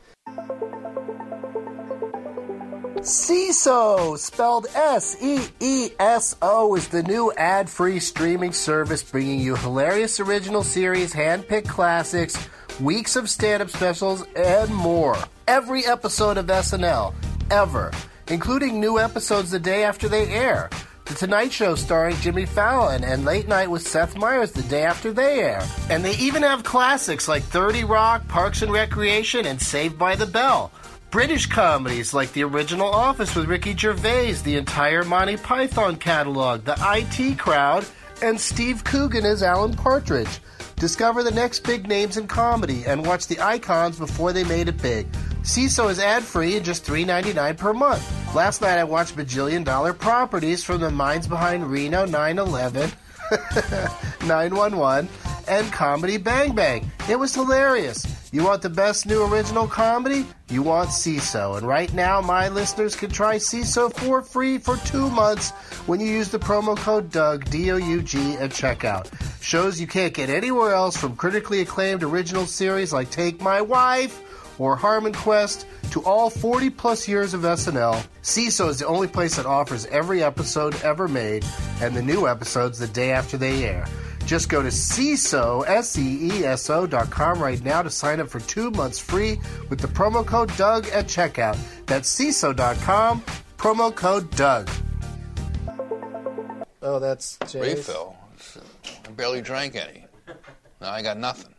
[SPEAKER 1] CESO, spelled S E E S O, is the new ad free streaming service bringing you hilarious original series, hand picked classics, weeks of stand up specials, and more. Every episode of SNL, ever, including new episodes the day after they air. The Tonight Show starring Jimmy Fallon and Late Night with Seth Meyers the day after they air. And they even have classics like 30 Rock, Parks and Recreation, and Saved by the Bell. British comedies like the original Office with Ricky Gervais, the entire Monty Python catalog, the IT crowd, and Steve Coogan as Alan Partridge. Discover the next big names in comedy and watch the icons before they made it big. CISO is ad free and just $3.99 per month. Last night I watched Bajillion Dollar Properties from the minds behind Reno 911. 911 and Comedy Bang Bang. It was hilarious. You want the best new original comedy? You want CISO. And right now, my listeners can try CISO for free for two months when you use the promo code DOUG, D O U G, at checkout. Shows you can't get anywhere else from critically acclaimed original series like Take My Wife or Harmon Quest to all 40 plus years of SNL. CISO is the only place that offers every episode ever made and the new episodes the day after they air. Just go to E CISO, S-E-E-S-O dot com right now to sign up for two months free with the promo code Doug at checkout. That's CISO.com, promo code Doug. Oh, that's
[SPEAKER 2] Refill. It's- uh, I barely drank any. Now I got nothing.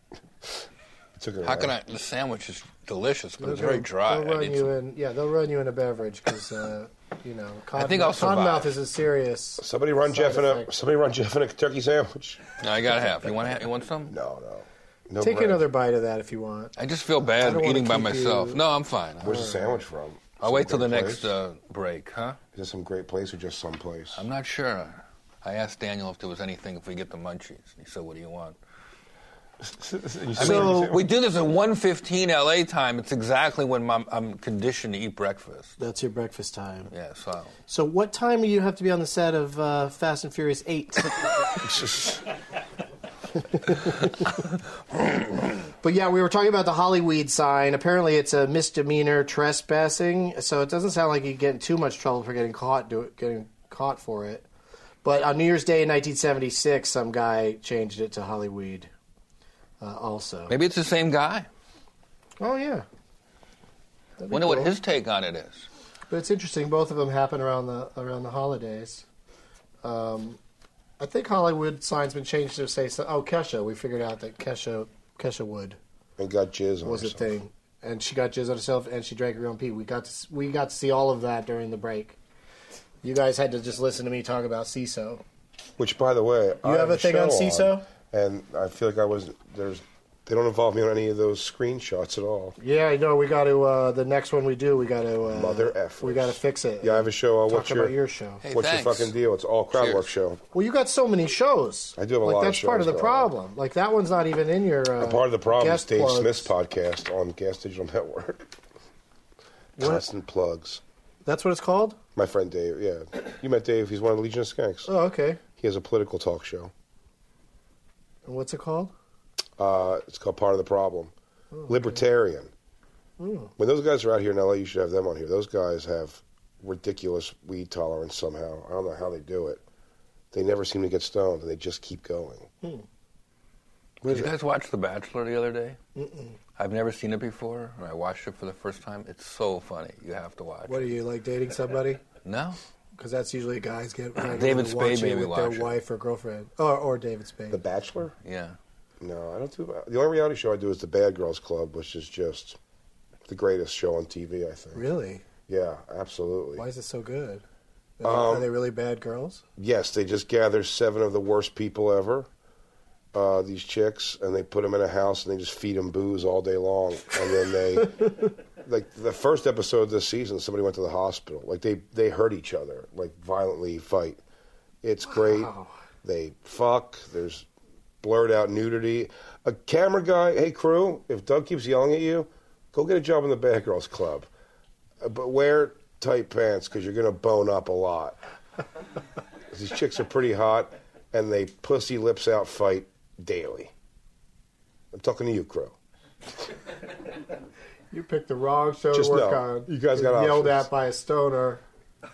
[SPEAKER 3] Took it
[SPEAKER 2] How
[SPEAKER 3] away.
[SPEAKER 2] can I? The sandwich is delicious, but it's very dry.
[SPEAKER 1] They'll
[SPEAKER 2] I,
[SPEAKER 1] run
[SPEAKER 2] need
[SPEAKER 1] you
[SPEAKER 2] some-
[SPEAKER 1] in. Yeah, they'll run you in a beverage because uh, you know cotton,
[SPEAKER 2] think I'll
[SPEAKER 1] cotton
[SPEAKER 2] survive.
[SPEAKER 1] mouth is a serious.
[SPEAKER 3] Somebody run
[SPEAKER 1] side
[SPEAKER 3] Jeff in a.
[SPEAKER 1] effect.
[SPEAKER 3] Somebody run Jeff in a Kentucky sandwich.
[SPEAKER 2] No, I got half. You want? ha- You want some?
[SPEAKER 3] No, no. No
[SPEAKER 1] Take
[SPEAKER 3] bread.
[SPEAKER 1] another bite of that if you want.
[SPEAKER 2] I just feel bad
[SPEAKER 1] don't wanna
[SPEAKER 2] eating by
[SPEAKER 1] keep
[SPEAKER 2] myself.
[SPEAKER 1] you-
[SPEAKER 2] No, I'm fine.
[SPEAKER 3] Where's the sandwich from?
[SPEAKER 2] I'll wait till the
[SPEAKER 3] Some great
[SPEAKER 2] next
[SPEAKER 3] place?
[SPEAKER 2] uh, break, huh?
[SPEAKER 3] Is this some great place or just some place?
[SPEAKER 2] I'm not sure. I asked Daniel if there was anything if we get the munchies. He said, "What do you want?"
[SPEAKER 1] So-
[SPEAKER 2] We do this at 1:15 LA time. It's exactly when my, I'm conditioned to eat breakfast.
[SPEAKER 1] That's your breakfast time.
[SPEAKER 2] Yeah, so
[SPEAKER 1] So, what time do you have to be on the set of uh, Fast and Furious Eight? but yeah, we were talking about the Hollyweed sign. Apparently, it's a misdemeanor trespassing, so it doesn't sound like you get in too much trouble for getting caught do getting caught for it. But on New Year's Day in 1976, some guy changed it to Hollyweed. Uh, also,
[SPEAKER 2] maybe it's the same guy.
[SPEAKER 1] oh yeah,
[SPEAKER 2] Wonder what his take on it is.
[SPEAKER 1] But it's interesting. Both of them happen around the around the holidays. Um, I think Hollywood signs been changed to say, so, "Oh, Kesha." We figured out that Kesha Kesha Wood
[SPEAKER 3] and got jizz on
[SPEAKER 1] was a
[SPEAKER 3] herself.
[SPEAKER 1] thing, and she got jizz on herself, and she drank her own pee. We got to, s- we got to see all of that during the break. You guys had to just listen to me talk about CISO.
[SPEAKER 3] Which, by the way, you
[SPEAKER 1] have a thing on CISO?
[SPEAKER 3] and I feel like I was there's. They don't involve me on any of those screenshots at all.
[SPEAKER 1] Yeah, I know. We got to uh, the next one we do. We got to uh,
[SPEAKER 3] Mother effers.
[SPEAKER 1] We got to fix it.
[SPEAKER 3] Yeah, I have a show. Uh,
[SPEAKER 1] Talk
[SPEAKER 3] what's
[SPEAKER 1] about
[SPEAKER 3] your,
[SPEAKER 1] your, show.
[SPEAKER 2] Hey,
[SPEAKER 3] what's your
[SPEAKER 2] thanks.
[SPEAKER 3] fucking deal? It's all crowd
[SPEAKER 2] Cheers.
[SPEAKER 3] work show.
[SPEAKER 1] Well, you got so many shows.
[SPEAKER 3] I do have a
[SPEAKER 1] like,
[SPEAKER 3] lot of
[SPEAKER 1] That's part of
[SPEAKER 3] shows
[SPEAKER 1] the
[SPEAKER 3] going on.
[SPEAKER 1] problem. Like that one's not even in your. Uh,
[SPEAKER 3] Part of the problem is
[SPEAKER 1] guest
[SPEAKER 3] Dave
[SPEAKER 1] plugs.
[SPEAKER 3] Smith's podcast on Gas Digital Network. Constant plugs.
[SPEAKER 5] That's what it's called?
[SPEAKER 3] My friend Dave, yeah. You met Dave. He's one of the Legion of Skanks.
[SPEAKER 5] Oh, okay.
[SPEAKER 3] He has a political talk show.
[SPEAKER 5] And what's it called?
[SPEAKER 3] Uh, it's called Part of the Problem. Libertarian.
[SPEAKER 5] Hmm.
[SPEAKER 3] When those guys are out here in LA, you should have them on here. Those guys have ridiculous weed tolerance somehow. I don't know how they do it. They never seem to get stoned, and they just keep going.
[SPEAKER 2] Did you guys watch The Bachelor the other day? Mm-mm. I've never seen it before, and I watched it for the first time. It's so funny. You have to watch.
[SPEAKER 5] What
[SPEAKER 2] it.
[SPEAKER 5] are you, like dating somebody?
[SPEAKER 2] No,
[SPEAKER 5] Because that's usually guys get
[SPEAKER 2] David
[SPEAKER 5] to
[SPEAKER 2] Spade
[SPEAKER 5] watch it
[SPEAKER 2] made me
[SPEAKER 5] with their
[SPEAKER 2] watch it.
[SPEAKER 5] wife or girlfriend. Or, or David Spade.
[SPEAKER 3] The Bachelor?
[SPEAKER 2] yeah.
[SPEAKER 3] No, I don't do. The only reality show I do is The Bad Girls Club, which is just the greatest show on TV. I think.
[SPEAKER 5] really?
[SPEAKER 3] Yeah, absolutely.
[SPEAKER 5] Why is it so good?
[SPEAKER 3] Um,
[SPEAKER 5] Are they, are they really bad girls?
[SPEAKER 3] Yes, they just gather seven of the worst people ever, uh, these chicks, and they put them in a house and they just feed them booze all day long. And then they, like the first episode this season, somebody went to the hospital. Like they they hurt each other, like violently fight. It's great. They fuck. There's blurred out nudity. A camera guy, hey crew, if Doug keeps yelling at you, go get a job in the Bad Girls Club, Uh, but wear tight pants because you're gonna bone up a lot. These chicks are pretty hot, and they pussy lips out fight daily. I'm talking to you, crew.
[SPEAKER 5] You picked the wrong show
[SPEAKER 3] Just
[SPEAKER 5] to work
[SPEAKER 3] no.
[SPEAKER 5] on.
[SPEAKER 3] You guys
[SPEAKER 5] You're
[SPEAKER 3] got
[SPEAKER 5] yelled
[SPEAKER 3] options.
[SPEAKER 5] at by a stoner.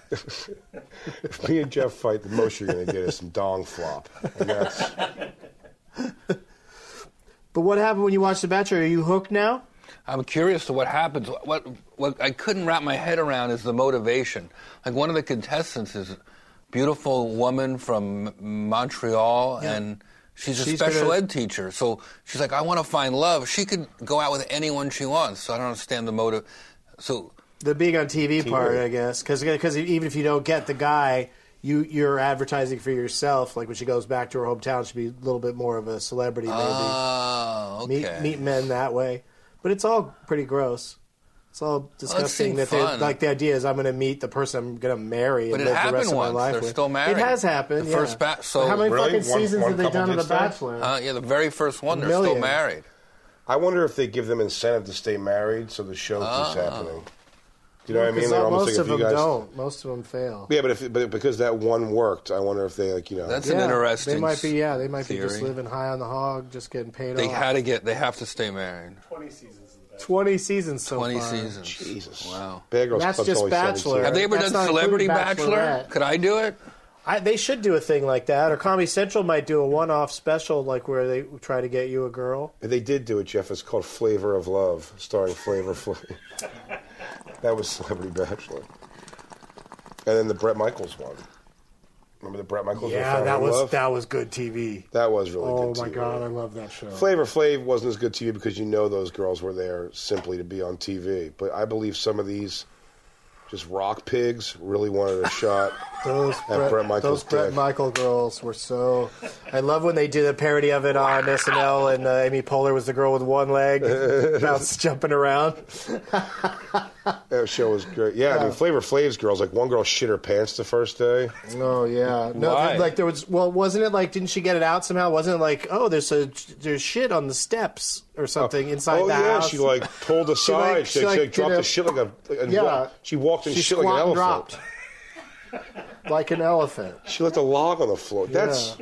[SPEAKER 3] If me and Jeff fight, the most you're gonna get is some dong flop. And that's
[SPEAKER 5] But what happened when you watched The Bachelor? Are you hooked now?
[SPEAKER 2] I'm curious to what happens. What what I couldn't wrap my head around is the motivation. Like one of the contestants is a beautiful woman from M- Montreal and she's a
[SPEAKER 5] She's
[SPEAKER 2] special
[SPEAKER 5] gonna-
[SPEAKER 2] ed teacher. So she's like I want to find love. She could go out with anyone she wants. So I don't understand the motive. So
[SPEAKER 5] The being on TV, part, I guess, because even if you don't get the guy, you you're advertising for yourself. Like when she goes back to her hometown, she'd be a little bit more of a celebrity, maybe
[SPEAKER 3] Ah,
[SPEAKER 2] oh,
[SPEAKER 5] meet
[SPEAKER 2] okay.
[SPEAKER 5] meet men that way. But it's all pretty gross. It's all disgusting
[SPEAKER 2] seemed
[SPEAKER 5] that they
[SPEAKER 2] fun.
[SPEAKER 5] like the idea is I'm going to meet the person I'm going to marry
[SPEAKER 2] But
[SPEAKER 5] and
[SPEAKER 2] it
[SPEAKER 5] live the
[SPEAKER 2] happened
[SPEAKER 5] rest of my
[SPEAKER 2] once.
[SPEAKER 5] life
[SPEAKER 2] They're
[SPEAKER 5] with.
[SPEAKER 2] still married.
[SPEAKER 5] It has happened.
[SPEAKER 2] The
[SPEAKER 5] yeah.
[SPEAKER 2] first ba- so-
[SPEAKER 5] how many
[SPEAKER 3] Really?
[SPEAKER 5] fucking
[SPEAKER 3] One-
[SPEAKER 5] seasons
[SPEAKER 3] one
[SPEAKER 5] have they
[SPEAKER 3] couple
[SPEAKER 5] done of The
[SPEAKER 3] did that?
[SPEAKER 5] Bachelor?
[SPEAKER 2] Uh, yeah, the very first one. They're
[SPEAKER 5] Million.
[SPEAKER 2] still married.
[SPEAKER 3] I wonder if they give them incentive to stay married, so the show keeps
[SPEAKER 2] Uh-huh.
[SPEAKER 3] happening. Do you know what I mean?
[SPEAKER 5] Because
[SPEAKER 3] They're
[SPEAKER 5] all-
[SPEAKER 3] almost
[SPEAKER 5] most
[SPEAKER 3] like
[SPEAKER 5] of
[SPEAKER 3] if you
[SPEAKER 5] them
[SPEAKER 3] guys.
[SPEAKER 5] don't. Most of them fail.
[SPEAKER 3] Yeah, but if but because that one worked, I wonder if they like you know.
[SPEAKER 2] That's
[SPEAKER 5] Yeah,
[SPEAKER 2] an interesting.
[SPEAKER 5] They might be, yeah, they might be just
[SPEAKER 2] theory.
[SPEAKER 5] living high on the hog, just getting paid
[SPEAKER 2] They
[SPEAKER 5] off.
[SPEAKER 2] had to get. They have to stay married.
[SPEAKER 4] 20 seasons of that.
[SPEAKER 5] twenty seasons so
[SPEAKER 2] Twenty
[SPEAKER 5] far.
[SPEAKER 2] seasons.
[SPEAKER 3] Jesus.
[SPEAKER 2] Wow.
[SPEAKER 3] Bad Girls
[SPEAKER 5] That's
[SPEAKER 3] Club's
[SPEAKER 5] just
[SPEAKER 3] only
[SPEAKER 5] Bachelor.
[SPEAKER 3] 17.
[SPEAKER 2] Have they ever
[SPEAKER 5] That's
[SPEAKER 2] done
[SPEAKER 5] not
[SPEAKER 2] Celebrity
[SPEAKER 5] including
[SPEAKER 2] Bachelor?
[SPEAKER 5] Bachelorette.
[SPEAKER 2] Could I do it?
[SPEAKER 5] I, they should do a thing like that, or Comedy Central might do a one-off special, like where they try to get you a girl.
[SPEAKER 3] They did do it, Jeff. It's called Flavor of Love, starring Flavor Flav. that was Celebrity Bachelor. And then the Brett Michaels one. Remember the Brett Michaels?
[SPEAKER 5] Yeah,
[SPEAKER 3] Flavor
[SPEAKER 5] that
[SPEAKER 3] of
[SPEAKER 5] was
[SPEAKER 3] Love?
[SPEAKER 5] that was good TV.
[SPEAKER 3] That was really
[SPEAKER 5] Oh
[SPEAKER 3] good.
[SPEAKER 5] my
[SPEAKER 3] TV.
[SPEAKER 5] god, I love that show.
[SPEAKER 3] Flavor Flav wasn't as good TV because you know those girls were there simply to be on TV. But I believe some of these just rock pigs really wanted a shot.
[SPEAKER 5] Those
[SPEAKER 3] That
[SPEAKER 5] Brett,
[SPEAKER 3] Bret Michaels
[SPEAKER 5] those Brett
[SPEAKER 3] dick.
[SPEAKER 5] Michael girls were so. I love when they did a parody of it on SNL, and uh, Amy Poehler was the girl with one leg, bounce jumping around.
[SPEAKER 3] that show was great. Yeah, I mean Flavor Flav's girls. Like one girl shit her pants the first day.
[SPEAKER 5] Oh yeah, no,
[SPEAKER 2] Why?
[SPEAKER 5] th- like there was. Well, wasn't it like? Didn't she get it out somehow? Wasn't it like? Oh, there's a there's shit on the steps or something inside
[SPEAKER 3] oh
[SPEAKER 5] the
[SPEAKER 3] yeah,
[SPEAKER 5] house.
[SPEAKER 3] she like pulled aside. she,
[SPEAKER 5] she,
[SPEAKER 3] like,
[SPEAKER 5] like, did
[SPEAKER 3] dropped
[SPEAKER 5] a-
[SPEAKER 3] the shit like a. like, and
[SPEAKER 5] Yeah.
[SPEAKER 3] walked- she walked and
[SPEAKER 5] she
[SPEAKER 3] shit like an
[SPEAKER 5] squat and
[SPEAKER 3] elephant.
[SPEAKER 5] dropped like an elephant.
[SPEAKER 3] She left a log on the floor. That's.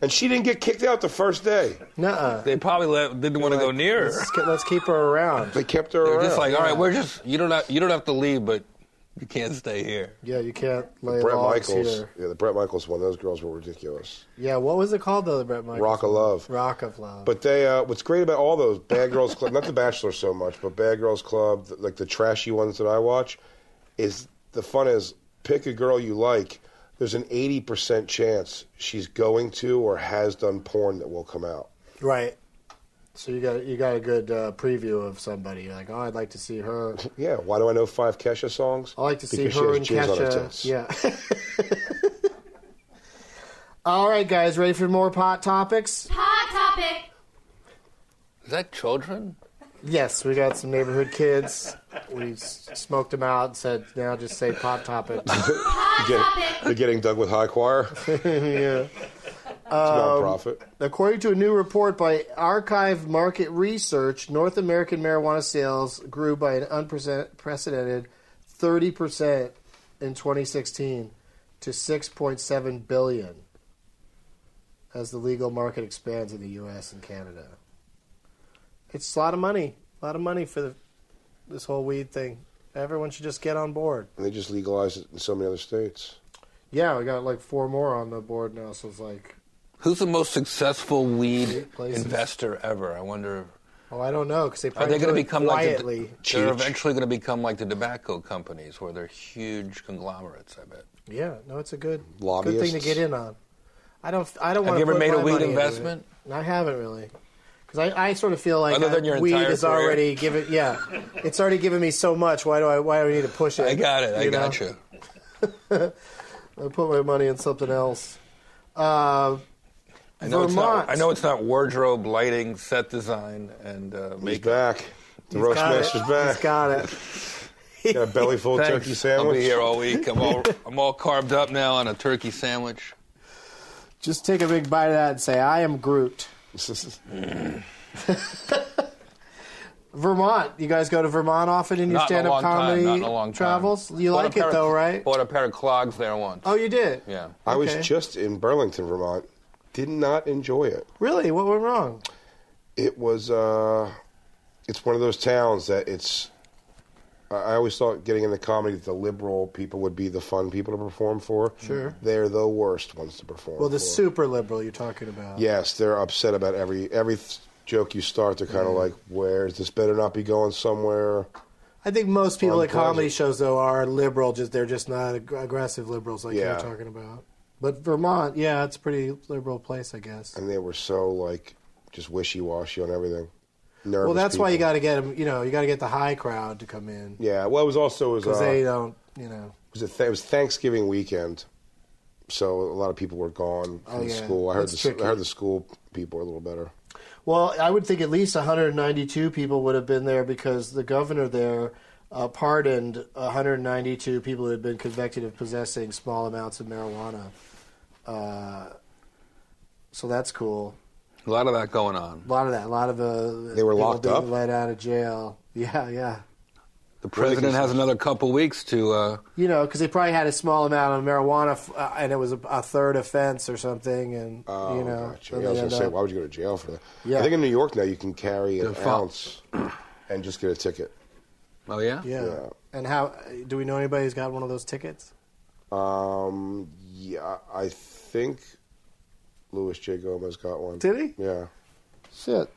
[SPEAKER 3] And she didn't get kicked out the first day.
[SPEAKER 5] Nuh-uh.
[SPEAKER 2] They probably let, didn't want to go near her.
[SPEAKER 5] Let's, ke- let's keep her around.
[SPEAKER 3] They kept her
[SPEAKER 2] They're
[SPEAKER 3] around.
[SPEAKER 2] just like, all right, we're just you don't have, you don't have to leave, but you can't stay here.
[SPEAKER 5] Yeah, you can't lay
[SPEAKER 3] Brett
[SPEAKER 5] logs
[SPEAKER 3] Michaels.
[SPEAKER 5] here.
[SPEAKER 3] Yeah, the Brett Michaels one. Those girls were ridiculous.
[SPEAKER 5] Yeah, what was it called though? The Brett Michaels
[SPEAKER 3] Rock of Love.
[SPEAKER 5] Rock of Love.
[SPEAKER 3] But they, uh, what's great about all those Bad Girls Club, not The Bachelor so much, but Bad Girls Club, th- like the trashy ones that I watch, is the fun is pick a girl you like. There's an 80% chance she's going to or has done porn that will come out.
[SPEAKER 5] right. So you got you got a good uh, preview of somebody. You're like, oh, I'd like to see her.
[SPEAKER 3] Yeah, why do I know five Kesha songs?
[SPEAKER 5] I like to see
[SPEAKER 3] Because
[SPEAKER 5] her and
[SPEAKER 3] she has jizz on her
[SPEAKER 5] Kesha.
[SPEAKER 3] tits.
[SPEAKER 5] Yeah. All right, guys, ready for more pot topics?
[SPEAKER 6] Hot topic.
[SPEAKER 2] Is that children?
[SPEAKER 5] Yes, we got some neighborhood kids. We s- smoked them out and said, now just say pot topics.
[SPEAKER 6] Hot topic.
[SPEAKER 3] They're getting dug with high choir. yeah. It's
[SPEAKER 5] Um,
[SPEAKER 3] a nonprofit.
[SPEAKER 5] According to a new report by Archive Market Research, North American marijuana sales grew by an unprecedented 30% in 2016 to 6.7 billion as the legal market expands in the US and Canada. It's a lot of money. A lot of money for the, this whole weed thing. Everyone should just get on board.
[SPEAKER 3] And they just legalized it in so many other states.
[SPEAKER 5] Yeah, we got like four more on the board now, so it's like,
[SPEAKER 2] Who's the most successful weed
[SPEAKER 5] Great places.
[SPEAKER 2] investor ever? I wonder.
[SPEAKER 5] oh, I don't know, because they
[SPEAKER 2] Are
[SPEAKER 5] probably
[SPEAKER 2] they going to become
[SPEAKER 5] quietly.
[SPEAKER 2] like the, they're
[SPEAKER 3] Huge.
[SPEAKER 2] eventually going to become like the tobacco companies, where they're huge conglomerates. I bet.
[SPEAKER 5] Yeah, no, it's a good good
[SPEAKER 3] Lobbyists.
[SPEAKER 5] thing to get in on. I don't. I don't
[SPEAKER 2] Have
[SPEAKER 5] want.
[SPEAKER 2] you ever
[SPEAKER 5] put
[SPEAKER 2] made a
[SPEAKER 5] my
[SPEAKER 2] weed
[SPEAKER 5] money into it.
[SPEAKER 2] investment?
[SPEAKER 5] I haven't really, because I, I sort of feel like
[SPEAKER 2] Other than
[SPEAKER 5] I-
[SPEAKER 2] your
[SPEAKER 5] weed
[SPEAKER 2] entire
[SPEAKER 5] is
[SPEAKER 2] career?
[SPEAKER 5] already given. Yeah, it's already given me so much. Why do I? Why do I need to push it?
[SPEAKER 2] I got it. I got
[SPEAKER 5] know?
[SPEAKER 2] you.
[SPEAKER 5] I put my money in something else. Uh,
[SPEAKER 2] I know, it's not,
[SPEAKER 5] Vermont.
[SPEAKER 2] I know it's not wardrobe, lighting, set design, and uh,
[SPEAKER 3] He's
[SPEAKER 2] make.
[SPEAKER 3] back. The
[SPEAKER 5] he's got
[SPEAKER 3] roastmaster's
[SPEAKER 5] it.
[SPEAKER 3] back.
[SPEAKER 5] He's got it.
[SPEAKER 3] Got a belly full of turkey
[SPEAKER 2] Thanks. I'll
[SPEAKER 3] sandwich.
[SPEAKER 2] be here all week. I'm all I'm all carved up now on a turkey sandwich.
[SPEAKER 5] Just take a big bite of that and say, "I am Groot." Vermont. You guys go to Vermont often in your
[SPEAKER 2] Not in a
[SPEAKER 5] stand-up
[SPEAKER 2] long
[SPEAKER 5] comedy
[SPEAKER 2] time. Not in a long time.
[SPEAKER 5] travels. You
[SPEAKER 2] Bought a
[SPEAKER 5] like
[SPEAKER 2] pair
[SPEAKER 5] it
[SPEAKER 2] of-
[SPEAKER 5] though, right?
[SPEAKER 2] Bought a pair of clogs there once.
[SPEAKER 5] Oh, you did.
[SPEAKER 2] Yeah.
[SPEAKER 3] I was
[SPEAKER 5] Okay.
[SPEAKER 3] just in Burlington, Vermont. Did not enjoy it.
[SPEAKER 5] Really? What went wrong?
[SPEAKER 3] It was. Uh, it's one of those towns that it's. I I always thought getting into comedy that the liberal people would be the fun people to perform for.
[SPEAKER 5] Sure.
[SPEAKER 3] They're the worst ones to perform.
[SPEAKER 5] Well, the
[SPEAKER 3] for.
[SPEAKER 5] super liberal you're talking about.
[SPEAKER 3] Yes, they're upset about every every th- joke you start. They're
[SPEAKER 5] Mm-hmm.
[SPEAKER 3] kind of like, "Where's this? Better not be going somewhere."
[SPEAKER 5] I think most people
[SPEAKER 3] Well,
[SPEAKER 5] at comedy
[SPEAKER 3] pleasure.
[SPEAKER 5] shows though are liberal. Just they're just not ag- aggressive liberals like
[SPEAKER 3] Yeah.
[SPEAKER 5] you're talking about. But Vermont, yeah, it's a pretty liberal place, I guess.
[SPEAKER 3] And they were so like just wishy washy on everything. Nervous
[SPEAKER 5] Well, that's why you
[SPEAKER 3] people.
[SPEAKER 5] got to get 'em- You know, you got to get the high crowd to come in
[SPEAKER 3] Yeah, well, it was also it was,
[SPEAKER 5] because
[SPEAKER 3] uh,
[SPEAKER 5] they
[SPEAKER 3] it
[SPEAKER 5] don't. You know,
[SPEAKER 3] was, a th- it was Thanksgiving weekend, so a lot of people were gone from
[SPEAKER 5] Oh,
[SPEAKER 3] the
[SPEAKER 5] yeah.
[SPEAKER 3] school. I heard
[SPEAKER 5] That's
[SPEAKER 3] the, s-
[SPEAKER 5] tricky.
[SPEAKER 3] I heard the school people were a little better.
[SPEAKER 5] Well, I would think at least 192 people would have been there because the governor there uh, pardoned 192 people who had been convicted of possessing small amounts of marijuana. Uh, so that's cool.
[SPEAKER 2] A lot of that going
[SPEAKER 5] A
[SPEAKER 2] on.
[SPEAKER 5] lot of that. A lot of uh,
[SPEAKER 3] They were
[SPEAKER 5] people
[SPEAKER 3] locked
[SPEAKER 5] being
[SPEAKER 3] up?
[SPEAKER 5] let out of jail. Yeah, yeah.
[SPEAKER 2] The president has another couple weeks to. Uh,
[SPEAKER 5] You know, because they probably had a small amount of marijuana, f- uh, and it was a, a third offense or something, and
[SPEAKER 3] Oh,
[SPEAKER 5] you know,
[SPEAKER 3] gotcha.
[SPEAKER 5] then
[SPEAKER 3] Yeah, I was
[SPEAKER 5] they
[SPEAKER 3] gonna
[SPEAKER 5] end
[SPEAKER 3] say,
[SPEAKER 5] up-
[SPEAKER 3] why would you go to jail for that?
[SPEAKER 5] Yeah.
[SPEAKER 3] I think in New York now you can carry an
[SPEAKER 2] The fol-
[SPEAKER 3] ounce and just get a ticket.
[SPEAKER 2] oh yeah.
[SPEAKER 5] yeah.
[SPEAKER 3] yeah.
[SPEAKER 5] And how do we know anybody who's got one of those tickets?
[SPEAKER 3] Um, yeah, I think Louis J. Gomez got one.
[SPEAKER 5] Did he?
[SPEAKER 3] Yeah.
[SPEAKER 5] Shit.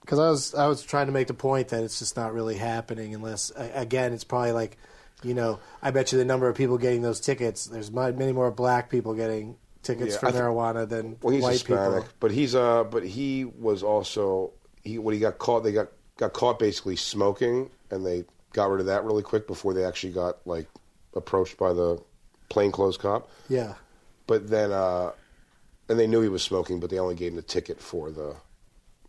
[SPEAKER 5] Because I was I was trying to make the point that it's just not really happening unless a- again it's probably like, you know, I bet you the number of people getting those tickets. There's mi- many more black people getting tickets
[SPEAKER 3] Yeah,
[SPEAKER 5] for
[SPEAKER 3] I thi-
[SPEAKER 5] marijuana than
[SPEAKER 3] Well, he's
[SPEAKER 5] white
[SPEAKER 3] Hispanic,
[SPEAKER 5] people.
[SPEAKER 3] but he's uh, but he was also he when he got caught, they got got caught basically smoking, and they got rid of that really quick before they actually got like approached by the plainclothes cop.
[SPEAKER 5] Yeah.
[SPEAKER 3] But then, uh, and they knew he was smoking, but they only gave him the ticket for the.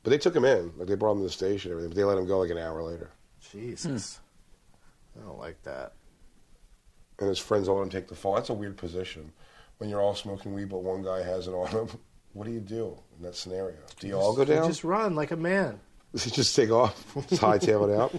[SPEAKER 3] But they took him in, like they brought him to the station, and everything. But they let him go like an hour later,
[SPEAKER 5] Jesus. I don't like that.
[SPEAKER 3] and his friends all let him take the fall. That's a weird position when you're all smoking weed, but one guy has it on him. What do you do in that scenario? Do you all go
[SPEAKER 5] You
[SPEAKER 3] down?
[SPEAKER 5] Just run like a man.
[SPEAKER 3] just take off, just hightail it out.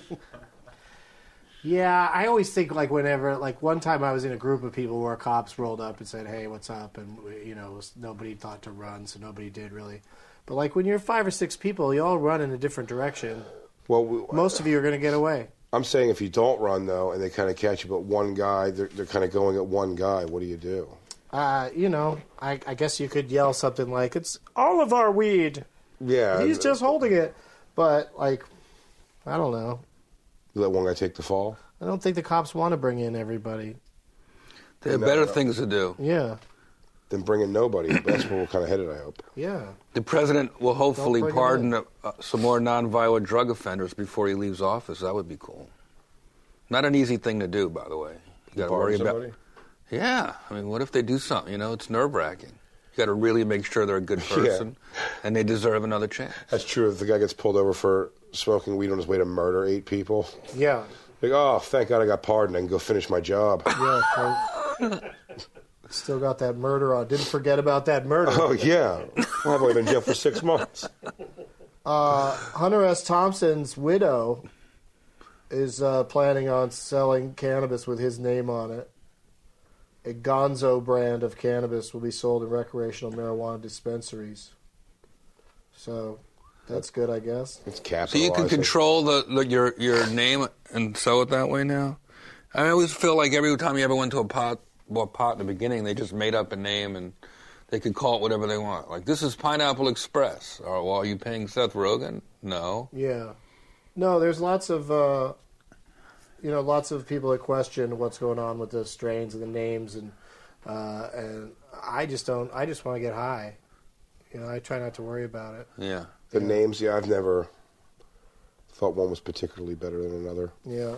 [SPEAKER 5] Yeah, I always think like whenever like one time I was in a group of people where cops rolled up and said, "Hey, what's up?" and you know, it was- nobody thought to run, so nobody did really. But like when you're five or six people, you all run in a different direction.
[SPEAKER 3] Well, we,
[SPEAKER 5] Most of you are going to get away.
[SPEAKER 3] I'm saying if you don't run though, and they kind of catch you, but one guy, they're, they're kind of going at one guy. What do you do?
[SPEAKER 5] Uh, you know, I, I guess you could yell something like, "It's all of our weed.
[SPEAKER 3] Yeah,
[SPEAKER 5] He's just holding it." But like, I don't know.
[SPEAKER 3] you let one guy take the fall.
[SPEAKER 5] I don't think the cops want to bring in everybody.
[SPEAKER 2] They have
[SPEAKER 3] No,
[SPEAKER 2] better
[SPEAKER 3] no.
[SPEAKER 2] things to do.
[SPEAKER 5] Yeah,
[SPEAKER 3] Then bring in nobody. But that's where we're kind of headed. I hope.
[SPEAKER 5] yeah.
[SPEAKER 2] The president will hopefully
[SPEAKER 5] bring 'em
[SPEAKER 2] pardon
[SPEAKER 5] in.
[SPEAKER 2] uh, some more nonviolent drug offenders before he leaves office. That would be cool. Not an easy thing to do, by the way. You got to worry
[SPEAKER 3] Pardon
[SPEAKER 2] about.
[SPEAKER 3] somebody?
[SPEAKER 2] Yeah, I mean, what if they do something? You know, it's nerve wracking. You got to really make sure they're a good person, and they deserve another chance.
[SPEAKER 3] That's true. If the guy gets pulled over for smoking weed on his way to murder eight people,
[SPEAKER 5] Yeah.
[SPEAKER 3] like, oh, thank God I got pardoned. I can go finish my job.
[SPEAKER 5] Yeah. so- Still got that murder on. Didn't forget about that murder.
[SPEAKER 3] oh yeah, well, I've only been in jail for six months.
[SPEAKER 5] Uh, Hunter S. Thompson's widow is uh, planning on selling cannabis with his name on it. A Gonzo brand of cannabis will be sold in recreational marijuana dispensaries. So that's good, I guess.
[SPEAKER 3] It's capitalized.
[SPEAKER 2] So you can control the, the your your name and sell it that way now. I always feel like every time you ever went to a pot bought pot in the beginning, they just made up a name and they could call it whatever they want. Like this is Pineapple Express. Or well, are you paying Seth Rogen? No.
[SPEAKER 5] Yeah. No, there's lots of, uh, you know, lots of people that question what's going on with the strains and the names, and uh, and I just don't. I just want to get high. You know, I try not to worry about it.
[SPEAKER 2] Yeah.
[SPEAKER 3] The names, yeah, I've never thought one was particularly better than another.
[SPEAKER 5] Yeah.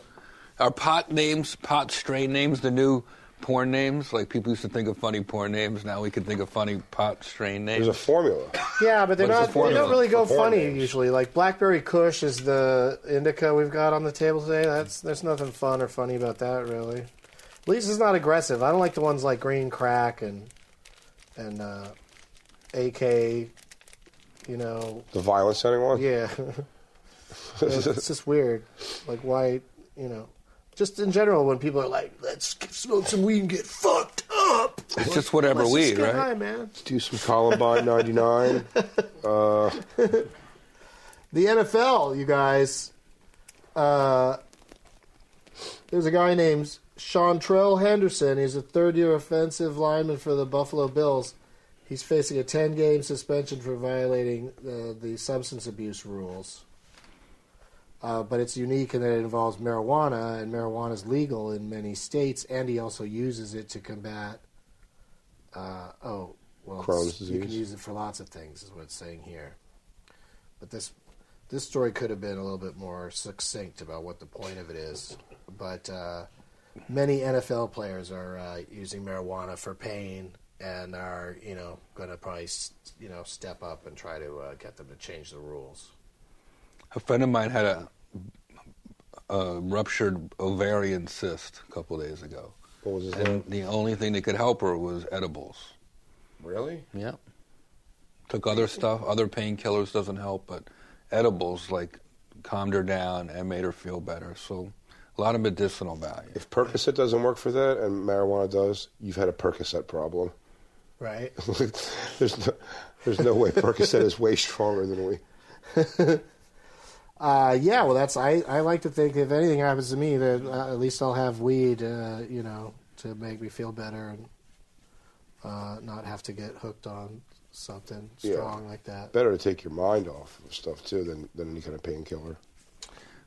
[SPEAKER 2] Are pot names, pot strain names, the new porn names? Like people used to think of funny porn names. Now we can think of funny pot strain names.
[SPEAKER 3] There's a formula.
[SPEAKER 5] Yeah, but they're
[SPEAKER 2] What is the
[SPEAKER 5] not. they
[SPEAKER 2] formula?
[SPEAKER 5] don't really go
[SPEAKER 3] The formula.
[SPEAKER 5] funny usually. Like Blackberry Kush is the indica we've got on the table today. That's there's nothing fun or funny about that really. At least it's not aggressive. I don't like the ones like Green Crack and and uh, AK. You know,
[SPEAKER 3] The violence sounding one?
[SPEAKER 5] yeah. it's, it's just weird. Like why? You know, just in general when people are like, let's smoke some weed and get fucked up.
[SPEAKER 2] it's just whatever
[SPEAKER 5] Let's
[SPEAKER 2] weed,
[SPEAKER 5] just get
[SPEAKER 2] right?
[SPEAKER 5] high, man.
[SPEAKER 3] Do some Columbine 99.
[SPEAKER 5] The NFL, you guys. Uh, there's a guy named Chantrell Henderson. He's a third year offensive lineman for the Buffalo Bills. He's facing a 10 game suspension for violating the, the substance abuse rules. Uh, but it's unique in that it involves marijuana, and marijuana is legal in many states, and he also uses it to combat. Uh, oh, well,
[SPEAKER 3] Crohn's
[SPEAKER 5] it's- you can
[SPEAKER 3] disease.
[SPEAKER 5] use it for lots of things, is what it's saying here. But this this story could have been a little bit more succinct about what the point of it is. But uh, many NFL players are uh, using marijuana for pain and are, you know, going to probably, s- you know, step up and try to uh, get them to change the rules.
[SPEAKER 2] A friend of mine had a, a ruptured ovarian cyst a couple days ago,
[SPEAKER 3] What was his name?
[SPEAKER 2] and the only thing that could help her was edibles.
[SPEAKER 3] Really?
[SPEAKER 2] Yeah. Took other stuff, other painkillers doesn't help, but edibles like calmed her down and made her feel better. So a lot of medicinal value.
[SPEAKER 3] If Percocet doesn't work for that and marijuana does, you've had a Percocet problem.
[SPEAKER 5] Right?
[SPEAKER 3] there's, no, there's no way Percocet is way stronger than we.
[SPEAKER 5] Uh, yeah, well, that's, I, I like to think if anything happens to me, that uh, at least I'll have weed, uh, you know, to make me feel better and uh, not have to get hooked on something
[SPEAKER 3] Yeah.
[SPEAKER 5] strong like that.
[SPEAKER 3] Better to take your mind off of stuff, too, than, than any kind of painkiller.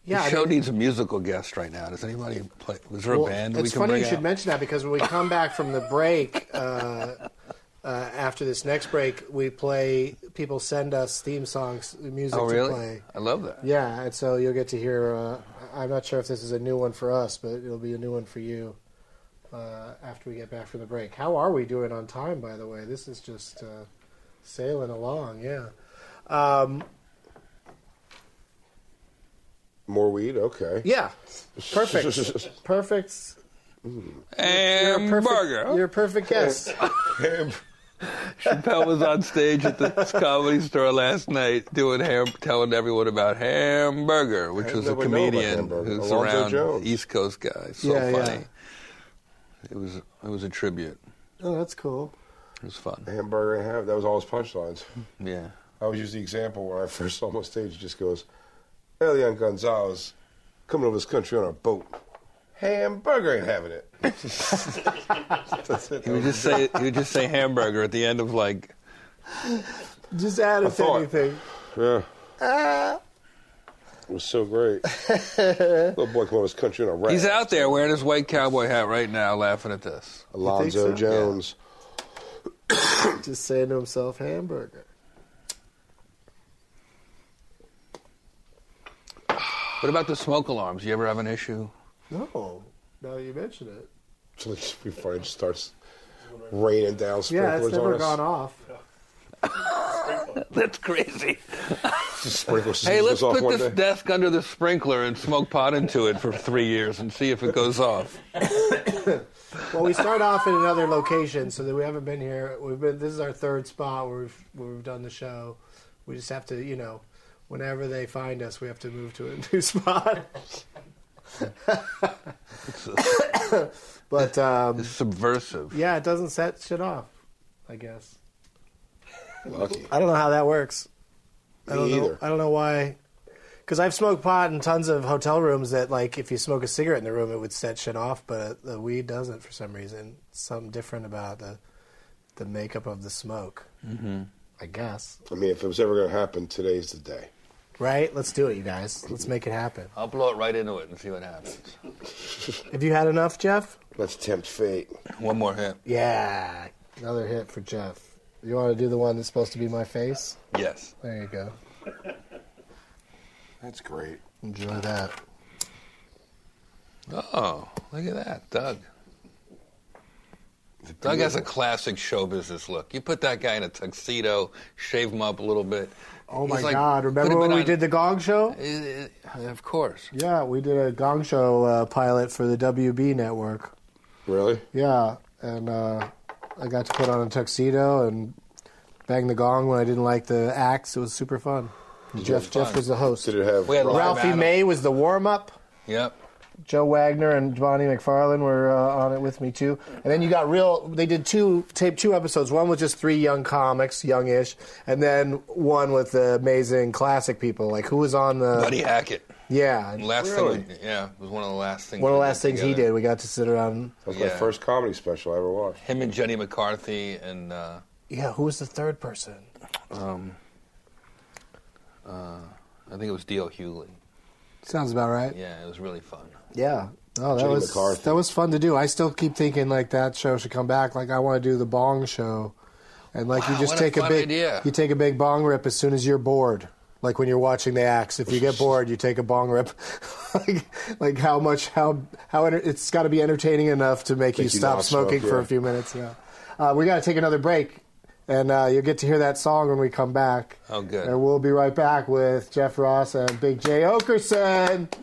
[SPEAKER 5] Yeah, I
[SPEAKER 2] the show
[SPEAKER 5] mean-
[SPEAKER 2] needs a musical guest right now. Does anybody play? Was there a
[SPEAKER 5] Well,
[SPEAKER 2] band
[SPEAKER 5] it's
[SPEAKER 2] we can
[SPEAKER 5] funny
[SPEAKER 2] bring
[SPEAKER 5] you should
[SPEAKER 2] out?
[SPEAKER 5] mention that because when we come back from the break, uh, uh, after this next break, we play. People send us theme songs, music
[SPEAKER 2] oh,
[SPEAKER 5] to
[SPEAKER 2] really?
[SPEAKER 5] play.
[SPEAKER 2] I love that.
[SPEAKER 5] Yeah, and so you'll get to hear. Uh, I'm not sure if this is a new one for us, but it'll be a new one for you uh, after we get back from the break. How are we doing on time, by the way? This is just uh, sailing along. Yeah. Um,
[SPEAKER 3] More weed? Okay.
[SPEAKER 5] yeah. Perfect. perfect. You're a
[SPEAKER 2] And
[SPEAKER 5] perfect. You're
[SPEAKER 2] burger.
[SPEAKER 5] a perfect guest.
[SPEAKER 2] Chappelle was on stage at the comedy store last night doing ham, telling everyone about hamburger, which
[SPEAKER 3] How
[SPEAKER 2] was
[SPEAKER 3] did
[SPEAKER 2] a
[SPEAKER 3] no one know about
[SPEAKER 2] comedian
[SPEAKER 3] Hamburger?
[SPEAKER 2] who's
[SPEAKER 3] Alonzo
[SPEAKER 2] around
[SPEAKER 3] Jones.
[SPEAKER 2] the East Coast guy. So
[SPEAKER 5] Yeah, yeah.
[SPEAKER 2] funny. It was it was a tribute.
[SPEAKER 5] oh, that's cool.
[SPEAKER 2] It was fun.
[SPEAKER 3] Hamburger and ham. That was all his punchlines.
[SPEAKER 2] Yeah.
[SPEAKER 3] I always use the example when I first saw him on stage. He just goes, Elian Gonzalez coming over this country on a boat. Hamburger ain't having it. That's it.
[SPEAKER 2] He would just say he would just say hamburger at the end of like
[SPEAKER 5] Just add if
[SPEAKER 3] thought.
[SPEAKER 5] anything.
[SPEAKER 3] Yeah. It was so great. Little boy coming over this country on a rat.
[SPEAKER 2] he's out there wearing his white cowboy hat right now laughing at this.
[SPEAKER 3] Alonzo
[SPEAKER 5] so?
[SPEAKER 3] Jones.
[SPEAKER 5] Just saying to himself, hamburger.
[SPEAKER 2] What about the smoke alarms? You ever have an issue?
[SPEAKER 5] No. Now you mention it.
[SPEAKER 3] So like, just before it just starts raining down
[SPEAKER 5] Yeah, it's
[SPEAKER 3] sprinklers
[SPEAKER 5] never
[SPEAKER 3] on
[SPEAKER 5] gone
[SPEAKER 3] us.
[SPEAKER 5] off.
[SPEAKER 2] That's crazy.
[SPEAKER 3] Just sprinklers
[SPEAKER 2] Hey, let's
[SPEAKER 3] just goes off
[SPEAKER 2] put
[SPEAKER 3] one
[SPEAKER 2] this
[SPEAKER 3] day.
[SPEAKER 2] desk under the sprinkler and smoke pot into it for three years and see if it goes off.
[SPEAKER 5] Well, we start off in another location, so that we haven't been here. We've been. This is our third spot where we've where we've done the show. We just have to, you know, whenever they find us, we have to move to a new spot. But um,
[SPEAKER 2] It's subversive.
[SPEAKER 5] yeah, it doesn't set shit off, I guess.
[SPEAKER 3] Lucky.
[SPEAKER 5] I don't know how that works. I don't
[SPEAKER 3] Me
[SPEAKER 5] know.
[SPEAKER 3] either.
[SPEAKER 5] I don't know why. Because I've smoked pot in tons of hotel rooms that, like, if you smoke a cigarette in the room, it would set shit off, but uh, the weed doesn't for some reason. Something different about the the makeup of the smoke. Mm-hmm. I guess.
[SPEAKER 3] I mean, if it was ever going to happen, today's the day.
[SPEAKER 5] Right? Let's do it, you guys. Let's make it happen.
[SPEAKER 2] I'll blow it right into it and see what happens.
[SPEAKER 5] Have you had enough, Jeff?
[SPEAKER 3] Let's tempt fate.
[SPEAKER 2] One more hit.
[SPEAKER 5] Yeah. Another hit for Jeff. You want to do the one that's supposed to be my face?
[SPEAKER 2] Yes.
[SPEAKER 5] There you go.
[SPEAKER 3] That's great.
[SPEAKER 5] Enjoy that.
[SPEAKER 2] Oh, look at that, Doug. Doug has a classic show business look. You put that guy in a tuxedo, shave him up a little bit.
[SPEAKER 5] Oh
[SPEAKER 2] He's
[SPEAKER 5] my
[SPEAKER 2] like-
[SPEAKER 5] God! Remember
[SPEAKER 2] could've
[SPEAKER 5] when
[SPEAKER 2] been
[SPEAKER 5] we
[SPEAKER 2] on-
[SPEAKER 5] did the Gong Show?
[SPEAKER 2] Eh, eh, Of course.
[SPEAKER 5] Yeah, we did a Gong Show uh, pilot for the WB network.
[SPEAKER 3] Really?
[SPEAKER 5] Yeah, and uh, I got to put on a tuxedo and bang the gong when I didn't like the acts. It was super fun. Jeff
[SPEAKER 2] fun.
[SPEAKER 5] Jeff was the host.
[SPEAKER 3] Did it have
[SPEAKER 2] We had
[SPEAKER 3] rock-
[SPEAKER 2] live
[SPEAKER 5] Ralphie
[SPEAKER 2] animal.
[SPEAKER 5] May was the warm up.
[SPEAKER 2] Yep.
[SPEAKER 5] Joe Wagner and Bonnie McFarlane were uh, on it with me too. And then you got real. They did two tape two episodes. One with just three young comics, youngish, and then one with the amazing classic people. Like who was on the
[SPEAKER 2] Buddy Hackett.
[SPEAKER 5] yeah
[SPEAKER 2] Last
[SPEAKER 3] Really?
[SPEAKER 2] thing. we- Yeah, it was one of the last things.
[SPEAKER 5] One of the
[SPEAKER 2] we
[SPEAKER 5] last things he
[SPEAKER 2] together.
[SPEAKER 5] did, we got to sit around.
[SPEAKER 3] That was my
[SPEAKER 2] Yeah.
[SPEAKER 3] first comedy special I ever watched.
[SPEAKER 2] Him and Jenny McCarthy and uh,
[SPEAKER 5] Yeah, who was the third person?
[SPEAKER 2] I think it was D.L. Hewley.
[SPEAKER 5] Sounds about right.
[SPEAKER 2] Yeah, it was really fun.
[SPEAKER 5] Yeah. Oh, that
[SPEAKER 3] Jenny
[SPEAKER 5] was
[SPEAKER 3] McCarthy.
[SPEAKER 5] that was fun to do. I still keep thinking like that show should come back. Like I want to do the bong show, and like you
[SPEAKER 2] Wow,
[SPEAKER 5] just
[SPEAKER 2] what a
[SPEAKER 5] take a,
[SPEAKER 2] fun
[SPEAKER 5] big
[SPEAKER 2] idea.
[SPEAKER 5] you take a big bong rip as soon as you're bored. Like when you're watching the acts, if you get bored, you take a bong rip. like, like how much how how enter- it's got to be entertaining enough to make you
[SPEAKER 3] Make you
[SPEAKER 5] stop
[SPEAKER 3] not smoke,
[SPEAKER 5] smoking for
[SPEAKER 3] yeah.
[SPEAKER 5] a few minutes. Yeah, uh, we got to take another break, and uh, you'll get to hear that song when we come back.
[SPEAKER 2] Oh, good.
[SPEAKER 5] And we'll be right back with Jeff Ross and Big J Okerson.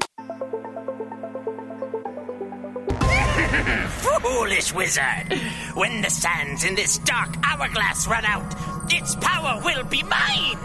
[SPEAKER 7] Foolish wizard! When the sands in this dark hourglass run out, its power will be mine!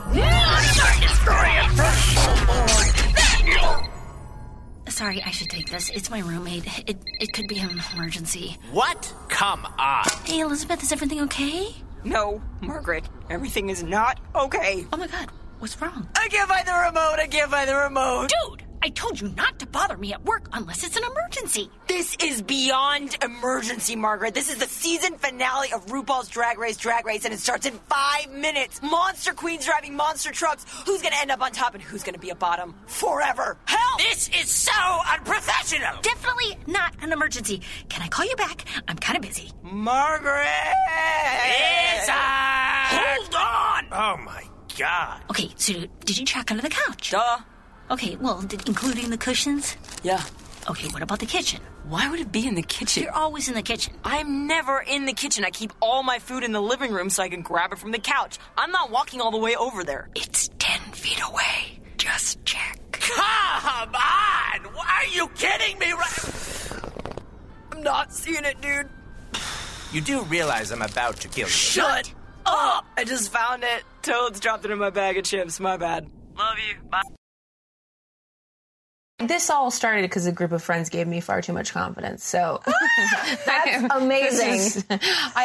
[SPEAKER 8] Sorry, I should take this. It's my roommate. It it could be an emergency.
[SPEAKER 7] What? Come on!
[SPEAKER 8] Hey, Elizabeth, is everything okay?
[SPEAKER 9] No, Margaret, everything is not okay.
[SPEAKER 8] Oh my God, what's wrong?
[SPEAKER 9] I can't find the remote. I can't find the remote.
[SPEAKER 8] Dude, I told you not to bother me at work unless it's an emergency.
[SPEAKER 9] This is beyond emergency, Margaret. This is the season finale of RuPaul's Drag Race Drag Race, and it starts in five minutes. Monster queens driving monster trucks. Who's gonna end up on top and who's gonna be a bottom forever? Help!
[SPEAKER 7] This is so unprofessional!
[SPEAKER 8] Definitely not an emergency. Can I call you back? I'm kind of busy.
[SPEAKER 9] Margaret!
[SPEAKER 7] Hold on! Oh my god.
[SPEAKER 8] Okay, so did you check under the couch?
[SPEAKER 9] Duh.
[SPEAKER 8] Okay, well, did, including the cushions.
[SPEAKER 9] Yeah.
[SPEAKER 8] Okay, what about the kitchen?
[SPEAKER 9] Why would it be in the kitchen?
[SPEAKER 8] You're always in the kitchen.
[SPEAKER 9] I'm never in the kitchen. I keep all my food in the living room so I can grab it from the couch. I'm not walking all the way over there.
[SPEAKER 8] It's ten feet away. Just check.
[SPEAKER 7] Come on! Are you kidding me? Right?
[SPEAKER 9] I'm not seeing it, dude.
[SPEAKER 7] You do realize I'm about to kill you.
[SPEAKER 9] Shut up! I just found it. Toads dropped it in my bag of chips. My bad. Love you. Bye.
[SPEAKER 6] This all started because a group of friends gave me far too much confidence. So
[SPEAKER 10] That's amazing. They
[SPEAKER 6] I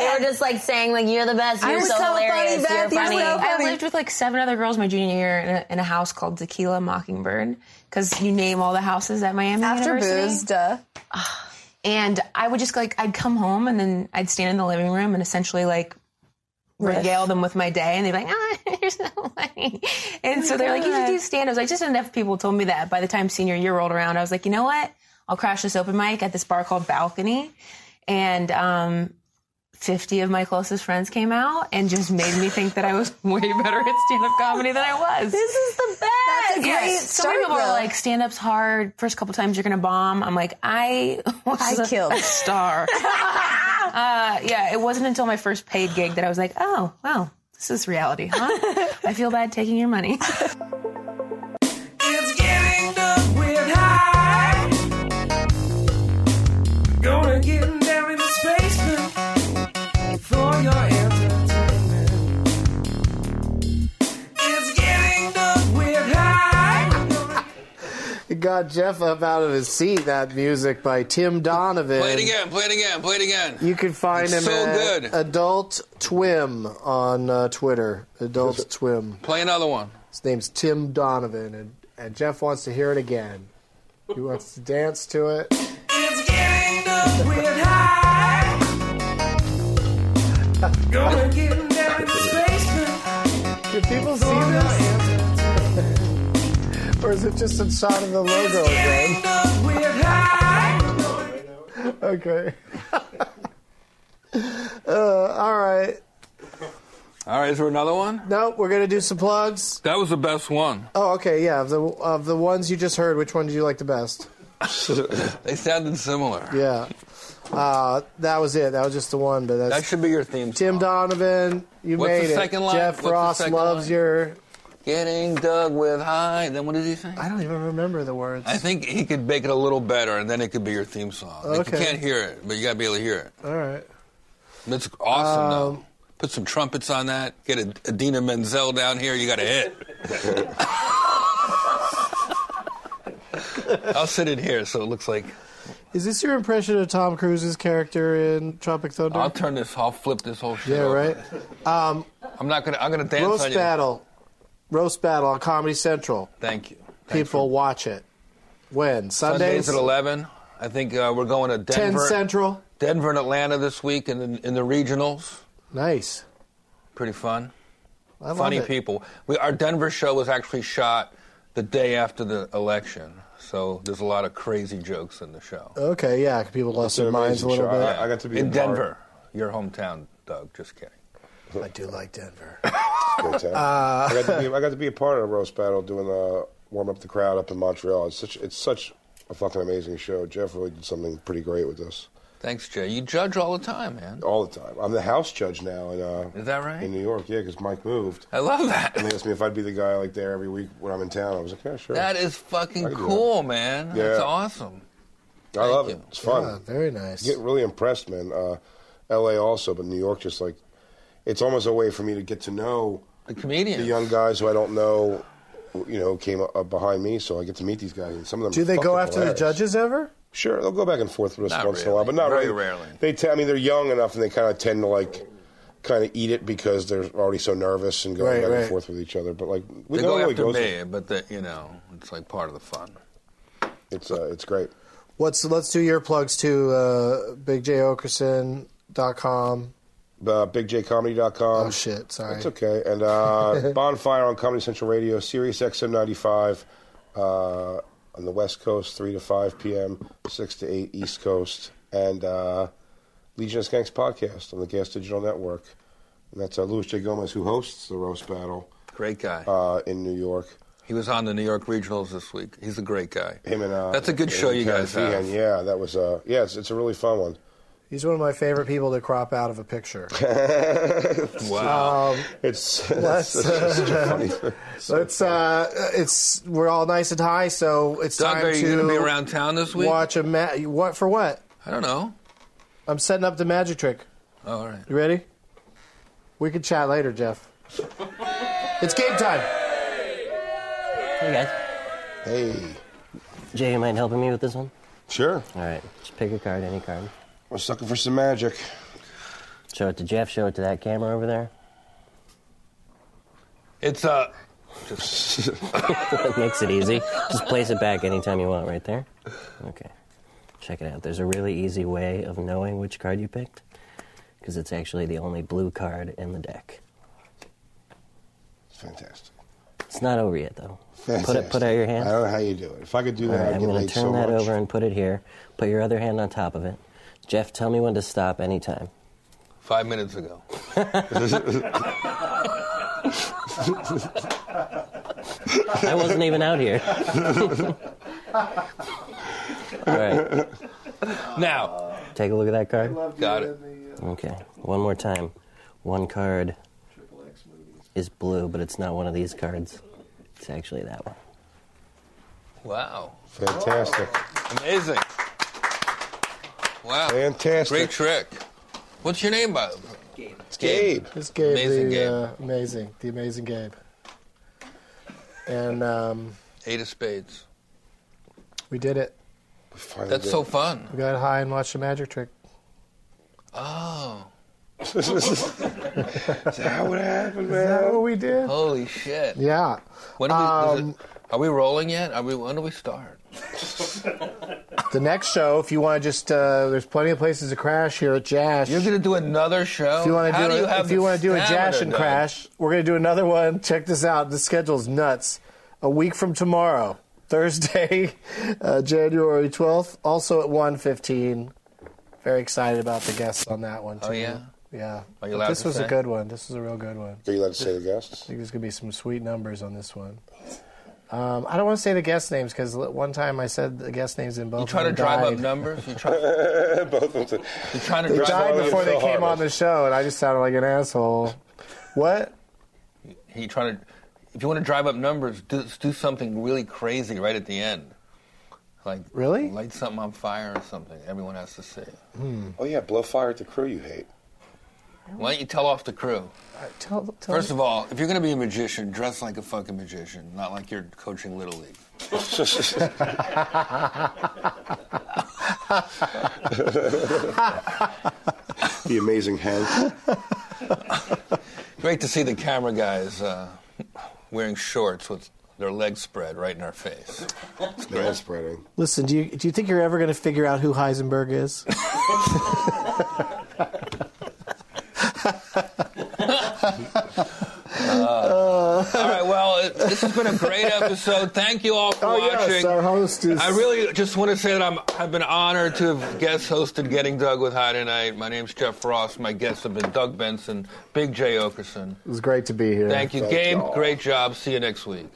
[SPEAKER 10] were
[SPEAKER 6] had-
[SPEAKER 10] just like saying like you're the best. You're
[SPEAKER 6] I was
[SPEAKER 10] so,
[SPEAKER 6] so funny,
[SPEAKER 10] hilarious.
[SPEAKER 6] Beth,
[SPEAKER 10] you're
[SPEAKER 6] you're
[SPEAKER 10] funny.
[SPEAKER 6] so I lived with like seven other girls my junior year in a, in a house called Tequila Mockingbird because you name all the houses at Miami
[SPEAKER 10] After
[SPEAKER 6] University.
[SPEAKER 10] booze, duh.
[SPEAKER 6] And I would just like I'd come home and then I'd stand in the living room and essentially like regale them with my day, and they'd be like, "Ah, you're so funny." And so they're like, "You should do stand-ups." Like just enough people told me that. By the time senior year rolled around, I was like, "You know what? I'll crash this open mic at this bar called Balcony," and um. 50 of my closest friends came out and just made me think that I was way better at stand up comedy than I was.
[SPEAKER 10] This is the best. That's a great
[SPEAKER 6] Yes. So many
[SPEAKER 10] start,
[SPEAKER 6] people are
[SPEAKER 10] though.
[SPEAKER 6] like, stand up's hard. First couple times you're going to bomb. I'm like, I was
[SPEAKER 10] I
[SPEAKER 6] a
[SPEAKER 10] killed.
[SPEAKER 6] star. uh, yeah, it wasn't until my first paid gig that I was like, oh, wow, this is reality, huh? I feel bad taking your money.
[SPEAKER 7] It's getting dark with high. Gonna get down in the basement for your entertainment. It's getting dark with high.
[SPEAKER 5] It
[SPEAKER 1] got Jeff up out of his seat. That music by Tim Donovan.
[SPEAKER 2] Play it again, play it again, play it again.
[SPEAKER 1] You can find
[SPEAKER 2] It's
[SPEAKER 1] him
[SPEAKER 2] so
[SPEAKER 1] at
[SPEAKER 2] good.
[SPEAKER 1] Adult Twim on uh, Twitter. Adult Twim.
[SPEAKER 2] Play another one.
[SPEAKER 1] His name's Tim Donovan, and, and Jeff wants to hear it again. He wants to dance to it.
[SPEAKER 7] It's getting up with high. Gonna get down to space.
[SPEAKER 1] Can people see this? or is it just a shot of the logo again?
[SPEAKER 7] up with high.
[SPEAKER 1] Okay. uh, all right.
[SPEAKER 2] All right, is there another one?
[SPEAKER 1] Nope, we're going to do some plugs.
[SPEAKER 2] That was the best one.
[SPEAKER 1] Oh, okay, yeah. Of the, of the ones you just heard, which one did you like the best?
[SPEAKER 2] They sounded similar.
[SPEAKER 1] Yeah. Uh, that was it. That was just the one, but that's
[SPEAKER 2] That should be your theme.
[SPEAKER 1] Tim
[SPEAKER 2] song.
[SPEAKER 1] Donovan, you
[SPEAKER 2] What's
[SPEAKER 1] made
[SPEAKER 2] the
[SPEAKER 1] it.
[SPEAKER 2] second line?
[SPEAKER 1] Jeff
[SPEAKER 2] What's the
[SPEAKER 1] Ross
[SPEAKER 2] second
[SPEAKER 1] loves
[SPEAKER 2] line?
[SPEAKER 1] your.
[SPEAKER 2] Getting dug with high. Then what does he say?
[SPEAKER 1] I don't even remember the words.
[SPEAKER 2] I think he could make it a little better, and then it could be your theme song. Like,
[SPEAKER 1] Okay.
[SPEAKER 2] you can't hear it, but you got to be able to hear it.
[SPEAKER 1] All right.
[SPEAKER 2] That's awesome,
[SPEAKER 1] Um,
[SPEAKER 2] though. Put some trumpets on that. Get a Adina Menzel down here. You got a hit. I'll sit in here so it looks like.
[SPEAKER 1] Is this your impression of Tom Cruise's character in Tropic Thunder?
[SPEAKER 2] I'll turn this. I'll flip this whole shit.
[SPEAKER 1] yeah,
[SPEAKER 2] over.
[SPEAKER 1] right.
[SPEAKER 2] I'm not gonna. I'm gonna dance
[SPEAKER 1] Roast
[SPEAKER 2] on you.
[SPEAKER 1] battle, roast battle on Comedy Central.
[SPEAKER 2] Thank you. Thanks
[SPEAKER 1] People watch it. When
[SPEAKER 2] for-
[SPEAKER 1] Sundays,
[SPEAKER 2] Sundays at 11. I think uh, we're going to
[SPEAKER 1] ten
[SPEAKER 2] Denver,
[SPEAKER 1] Central.
[SPEAKER 2] Denver and Atlanta this week in the, in the regionals.
[SPEAKER 1] Nice.
[SPEAKER 2] Pretty fun.
[SPEAKER 1] I love
[SPEAKER 2] funny
[SPEAKER 1] it.
[SPEAKER 2] people. We, our Denver show was actually shot the day after the election, so there's a lot of crazy jokes in the show.
[SPEAKER 1] Okay, yeah. People lost
[SPEAKER 3] an
[SPEAKER 1] their minds a
[SPEAKER 3] amazing
[SPEAKER 1] little
[SPEAKER 3] show.
[SPEAKER 1] bit.
[SPEAKER 3] Uh, I got to be
[SPEAKER 2] in,
[SPEAKER 3] in part.
[SPEAKER 2] Denver, your hometown, Doug. Just kidding.
[SPEAKER 1] I do like Denver.
[SPEAKER 3] Fantastic. I, got to be, I got to be a part of roast battle, doing uh, warm up the crowd up in Montreal. It's such it's such a fucking amazing show. Jeff really did something pretty great with this
[SPEAKER 2] Thanks, Jay. You judge all the time, man.
[SPEAKER 3] all the time. I'm the house judge now in uh,
[SPEAKER 2] Is that right?
[SPEAKER 3] in New York. Yeah, because Mike moved.
[SPEAKER 2] I love that.
[SPEAKER 3] And they asked me if I'd be the guy like there every week when I'm in town. I was like, yeah, sure.
[SPEAKER 2] That is
[SPEAKER 3] I
[SPEAKER 2] fucking
[SPEAKER 3] can do
[SPEAKER 2] cool, man.
[SPEAKER 3] Yeah.
[SPEAKER 2] That's awesome.
[SPEAKER 3] I love
[SPEAKER 2] you.
[SPEAKER 3] it. It's fun.
[SPEAKER 1] Ah, very nice.
[SPEAKER 3] get really impressed, man. Uh, L.A. also, but New York just like it's almost a way for me to get to know
[SPEAKER 2] The comedian.
[SPEAKER 3] the young guys who I don't know. You know, came up behind me, so I get to meet these guys. And some of them
[SPEAKER 1] Do
[SPEAKER 3] are
[SPEAKER 1] they go
[SPEAKER 3] fucking
[SPEAKER 1] after
[SPEAKER 3] hilarious.
[SPEAKER 1] the judges ever?
[SPEAKER 3] Sure, they'll go back and forth with us
[SPEAKER 2] Not
[SPEAKER 3] once in a while, but
[SPEAKER 2] really.
[SPEAKER 3] not
[SPEAKER 2] Very
[SPEAKER 3] really.
[SPEAKER 2] rarely.
[SPEAKER 3] They, t- I mean, they're young enough, and they kind of tend to like kind of eat it because they're already so nervous and going
[SPEAKER 1] Right,
[SPEAKER 3] back
[SPEAKER 1] right.
[SPEAKER 3] and forth with each other. But like, we
[SPEAKER 2] They
[SPEAKER 3] no
[SPEAKER 2] go
[SPEAKER 3] one really
[SPEAKER 2] after
[SPEAKER 3] goes
[SPEAKER 2] me, but the, you know, it's like part of the fun.
[SPEAKER 3] It's uh, it's great.
[SPEAKER 1] What's let's do your plugs to uh, BigJOkerson.com.
[SPEAKER 3] Uh, BigJComedy.com.
[SPEAKER 1] Oh shit, sorry.
[SPEAKER 3] It's okay. And uh, Bonfire on Comedy Central Radio, Sirius XM 95 uh, on the West Coast, 3 to 5 p.m., 6 to 8 East Coast, and uh, Legion of Skanks podcast on the Gas Digital Network. And that's uh, Luis J. Gomez, who hosts the Roast Battle
[SPEAKER 2] Great guy.
[SPEAKER 3] uh, in New York.
[SPEAKER 2] he was on the New York Regionals this week. He's a great guy.
[SPEAKER 3] Him and uh,
[SPEAKER 2] That's a good
[SPEAKER 3] him
[SPEAKER 2] show
[SPEAKER 3] and
[SPEAKER 2] you
[SPEAKER 3] Karen
[SPEAKER 2] guys have.
[SPEAKER 3] Feehan. Yeah, that was uh, yeah, it's, it's a really fun one.
[SPEAKER 1] He's one of my favorite people to crop out of a picture.
[SPEAKER 2] Wow.
[SPEAKER 3] It's,
[SPEAKER 1] Let's,
[SPEAKER 3] it's such a funny.
[SPEAKER 1] Let's uh, it's we're all nice and high, so it's
[SPEAKER 2] Doug,
[SPEAKER 1] time
[SPEAKER 2] are you
[SPEAKER 1] to
[SPEAKER 2] going to be around town this week?
[SPEAKER 1] watch a ma- what for what?
[SPEAKER 2] I don't know.
[SPEAKER 1] I'm setting up the magic trick.
[SPEAKER 2] Oh, all right.
[SPEAKER 1] You ready? We can chat later, Jeff. It's game time.
[SPEAKER 11] Hey guys,
[SPEAKER 3] hey,
[SPEAKER 11] Jay, you mind helping me with this one?
[SPEAKER 3] sure.
[SPEAKER 11] All right, just pick a card, any card.
[SPEAKER 3] We're sucking for some magic.
[SPEAKER 11] Show it to Jeff. Show it to that camera over there.
[SPEAKER 2] It's uh,
[SPEAKER 11] That makes it easy. Just place it back anytime you want, right there. Okay. Check it out. There's a really easy way of knowing which card you picked, because it's actually the only blue card in the deck.
[SPEAKER 3] It's fantastic.
[SPEAKER 11] It's not over yet, though. Put it.
[SPEAKER 3] Fantastic.
[SPEAKER 11] Put out your hand.
[SPEAKER 3] I don't know how you do it. If I could do
[SPEAKER 11] All
[SPEAKER 3] that,
[SPEAKER 11] right,
[SPEAKER 3] I'd
[SPEAKER 11] I'm
[SPEAKER 3] get
[SPEAKER 11] going
[SPEAKER 3] laid
[SPEAKER 11] to turn
[SPEAKER 3] so
[SPEAKER 11] that
[SPEAKER 3] much.
[SPEAKER 11] over and put it here. Put your other hand on top of it. Jeff, tell me when to stop anytime.
[SPEAKER 2] five minutes ago.
[SPEAKER 11] I wasn't even out here. All right,
[SPEAKER 2] Now,
[SPEAKER 11] take a look at that card.
[SPEAKER 2] got it.
[SPEAKER 11] Okay, one more time. One card is blue, but it's not one of these cards. It's actually that one.
[SPEAKER 2] Wow,
[SPEAKER 3] Fantastic.
[SPEAKER 2] amazing. Wow,
[SPEAKER 3] Fantastic.
[SPEAKER 2] great trick. What's your name, by the way?
[SPEAKER 3] It's Gabe.
[SPEAKER 1] This Gabe,
[SPEAKER 2] Amazing
[SPEAKER 1] the
[SPEAKER 2] Gabe.
[SPEAKER 1] Uh, amazing, the amazing Gabe. And um,
[SPEAKER 2] Eight of Spades.
[SPEAKER 1] We did it.
[SPEAKER 2] That's did so it. fun.
[SPEAKER 1] We got high and watched a magic trick.
[SPEAKER 2] Oh.
[SPEAKER 3] Is that what happened, man?
[SPEAKER 1] that what we did?
[SPEAKER 2] Holy shit.
[SPEAKER 1] Yeah. um,
[SPEAKER 2] When are, we, is it- are we rolling yet? Are we? When do we start?
[SPEAKER 1] The next show, if you want to just, uh, there's plenty of places to crash here at Jash.
[SPEAKER 2] You're going to do another show?
[SPEAKER 1] If you want to
[SPEAKER 2] How
[SPEAKER 1] do,
[SPEAKER 2] you
[SPEAKER 1] a,
[SPEAKER 2] have
[SPEAKER 1] if
[SPEAKER 2] the
[SPEAKER 1] you want to do a
[SPEAKER 2] stamina,
[SPEAKER 1] Jash and
[SPEAKER 2] Doug?
[SPEAKER 1] crash, we're going to do another one. Check this out. The schedule's nuts. A week from tomorrow, Thursday, uh, January 12th, also at 1:15. Very excited about the guests on that one too.
[SPEAKER 2] Oh yeah.
[SPEAKER 1] Yeah.
[SPEAKER 2] Are you
[SPEAKER 1] But
[SPEAKER 2] allowed
[SPEAKER 1] this
[SPEAKER 2] to
[SPEAKER 1] was
[SPEAKER 2] say?
[SPEAKER 1] a good one. This was a real good one.
[SPEAKER 3] Are you allowed to say the
[SPEAKER 1] I
[SPEAKER 3] guests?
[SPEAKER 1] think there's going to be some sweet numbers on this one. Um, I don't want to say the guest names because one time I said the guest names in both.
[SPEAKER 2] You try
[SPEAKER 1] of
[SPEAKER 2] to
[SPEAKER 1] them
[SPEAKER 2] drive up
[SPEAKER 1] died.
[SPEAKER 2] numbers. You try.
[SPEAKER 3] Both of them.
[SPEAKER 2] You're trying to
[SPEAKER 1] They
[SPEAKER 2] drive
[SPEAKER 1] died
[SPEAKER 2] up.
[SPEAKER 1] before they
[SPEAKER 3] so
[SPEAKER 1] came
[SPEAKER 3] hard.
[SPEAKER 1] on the show, and I just sounded like an asshole. What?
[SPEAKER 2] He trying to. If you want to drive up numbers, do do something really crazy right at the end. Like
[SPEAKER 1] Really?
[SPEAKER 2] light something on fire or something. Everyone has to see.
[SPEAKER 3] Oh yeah, blow fire at the crew you hate.
[SPEAKER 2] Why don't you tell off the crew?
[SPEAKER 1] Tell, tell
[SPEAKER 2] First of all, if you're going to be a magician, dress like a fucking magician, not like you're coaching little league.
[SPEAKER 3] the amazing Hank.
[SPEAKER 2] Great to see the camera guys uh, wearing shorts with their legs spread right in our face.
[SPEAKER 3] Man spreading.
[SPEAKER 1] Listen, do you do you think you're ever going to figure out who Heisenberg is?
[SPEAKER 2] All right, well, it- this has been a great episode. Thank you all for watching.
[SPEAKER 1] host is.
[SPEAKER 2] I really just want to say that I'm, I've been honored to have guest hosted Getting Doug with High tonight. My name's Jeff Frost. My guests have been Doug Benson, Big J Okerson.
[SPEAKER 1] It was great to be here.
[SPEAKER 2] Thank you,
[SPEAKER 3] Thank
[SPEAKER 2] Gabe.
[SPEAKER 3] y'all.
[SPEAKER 2] Great job. See you next week.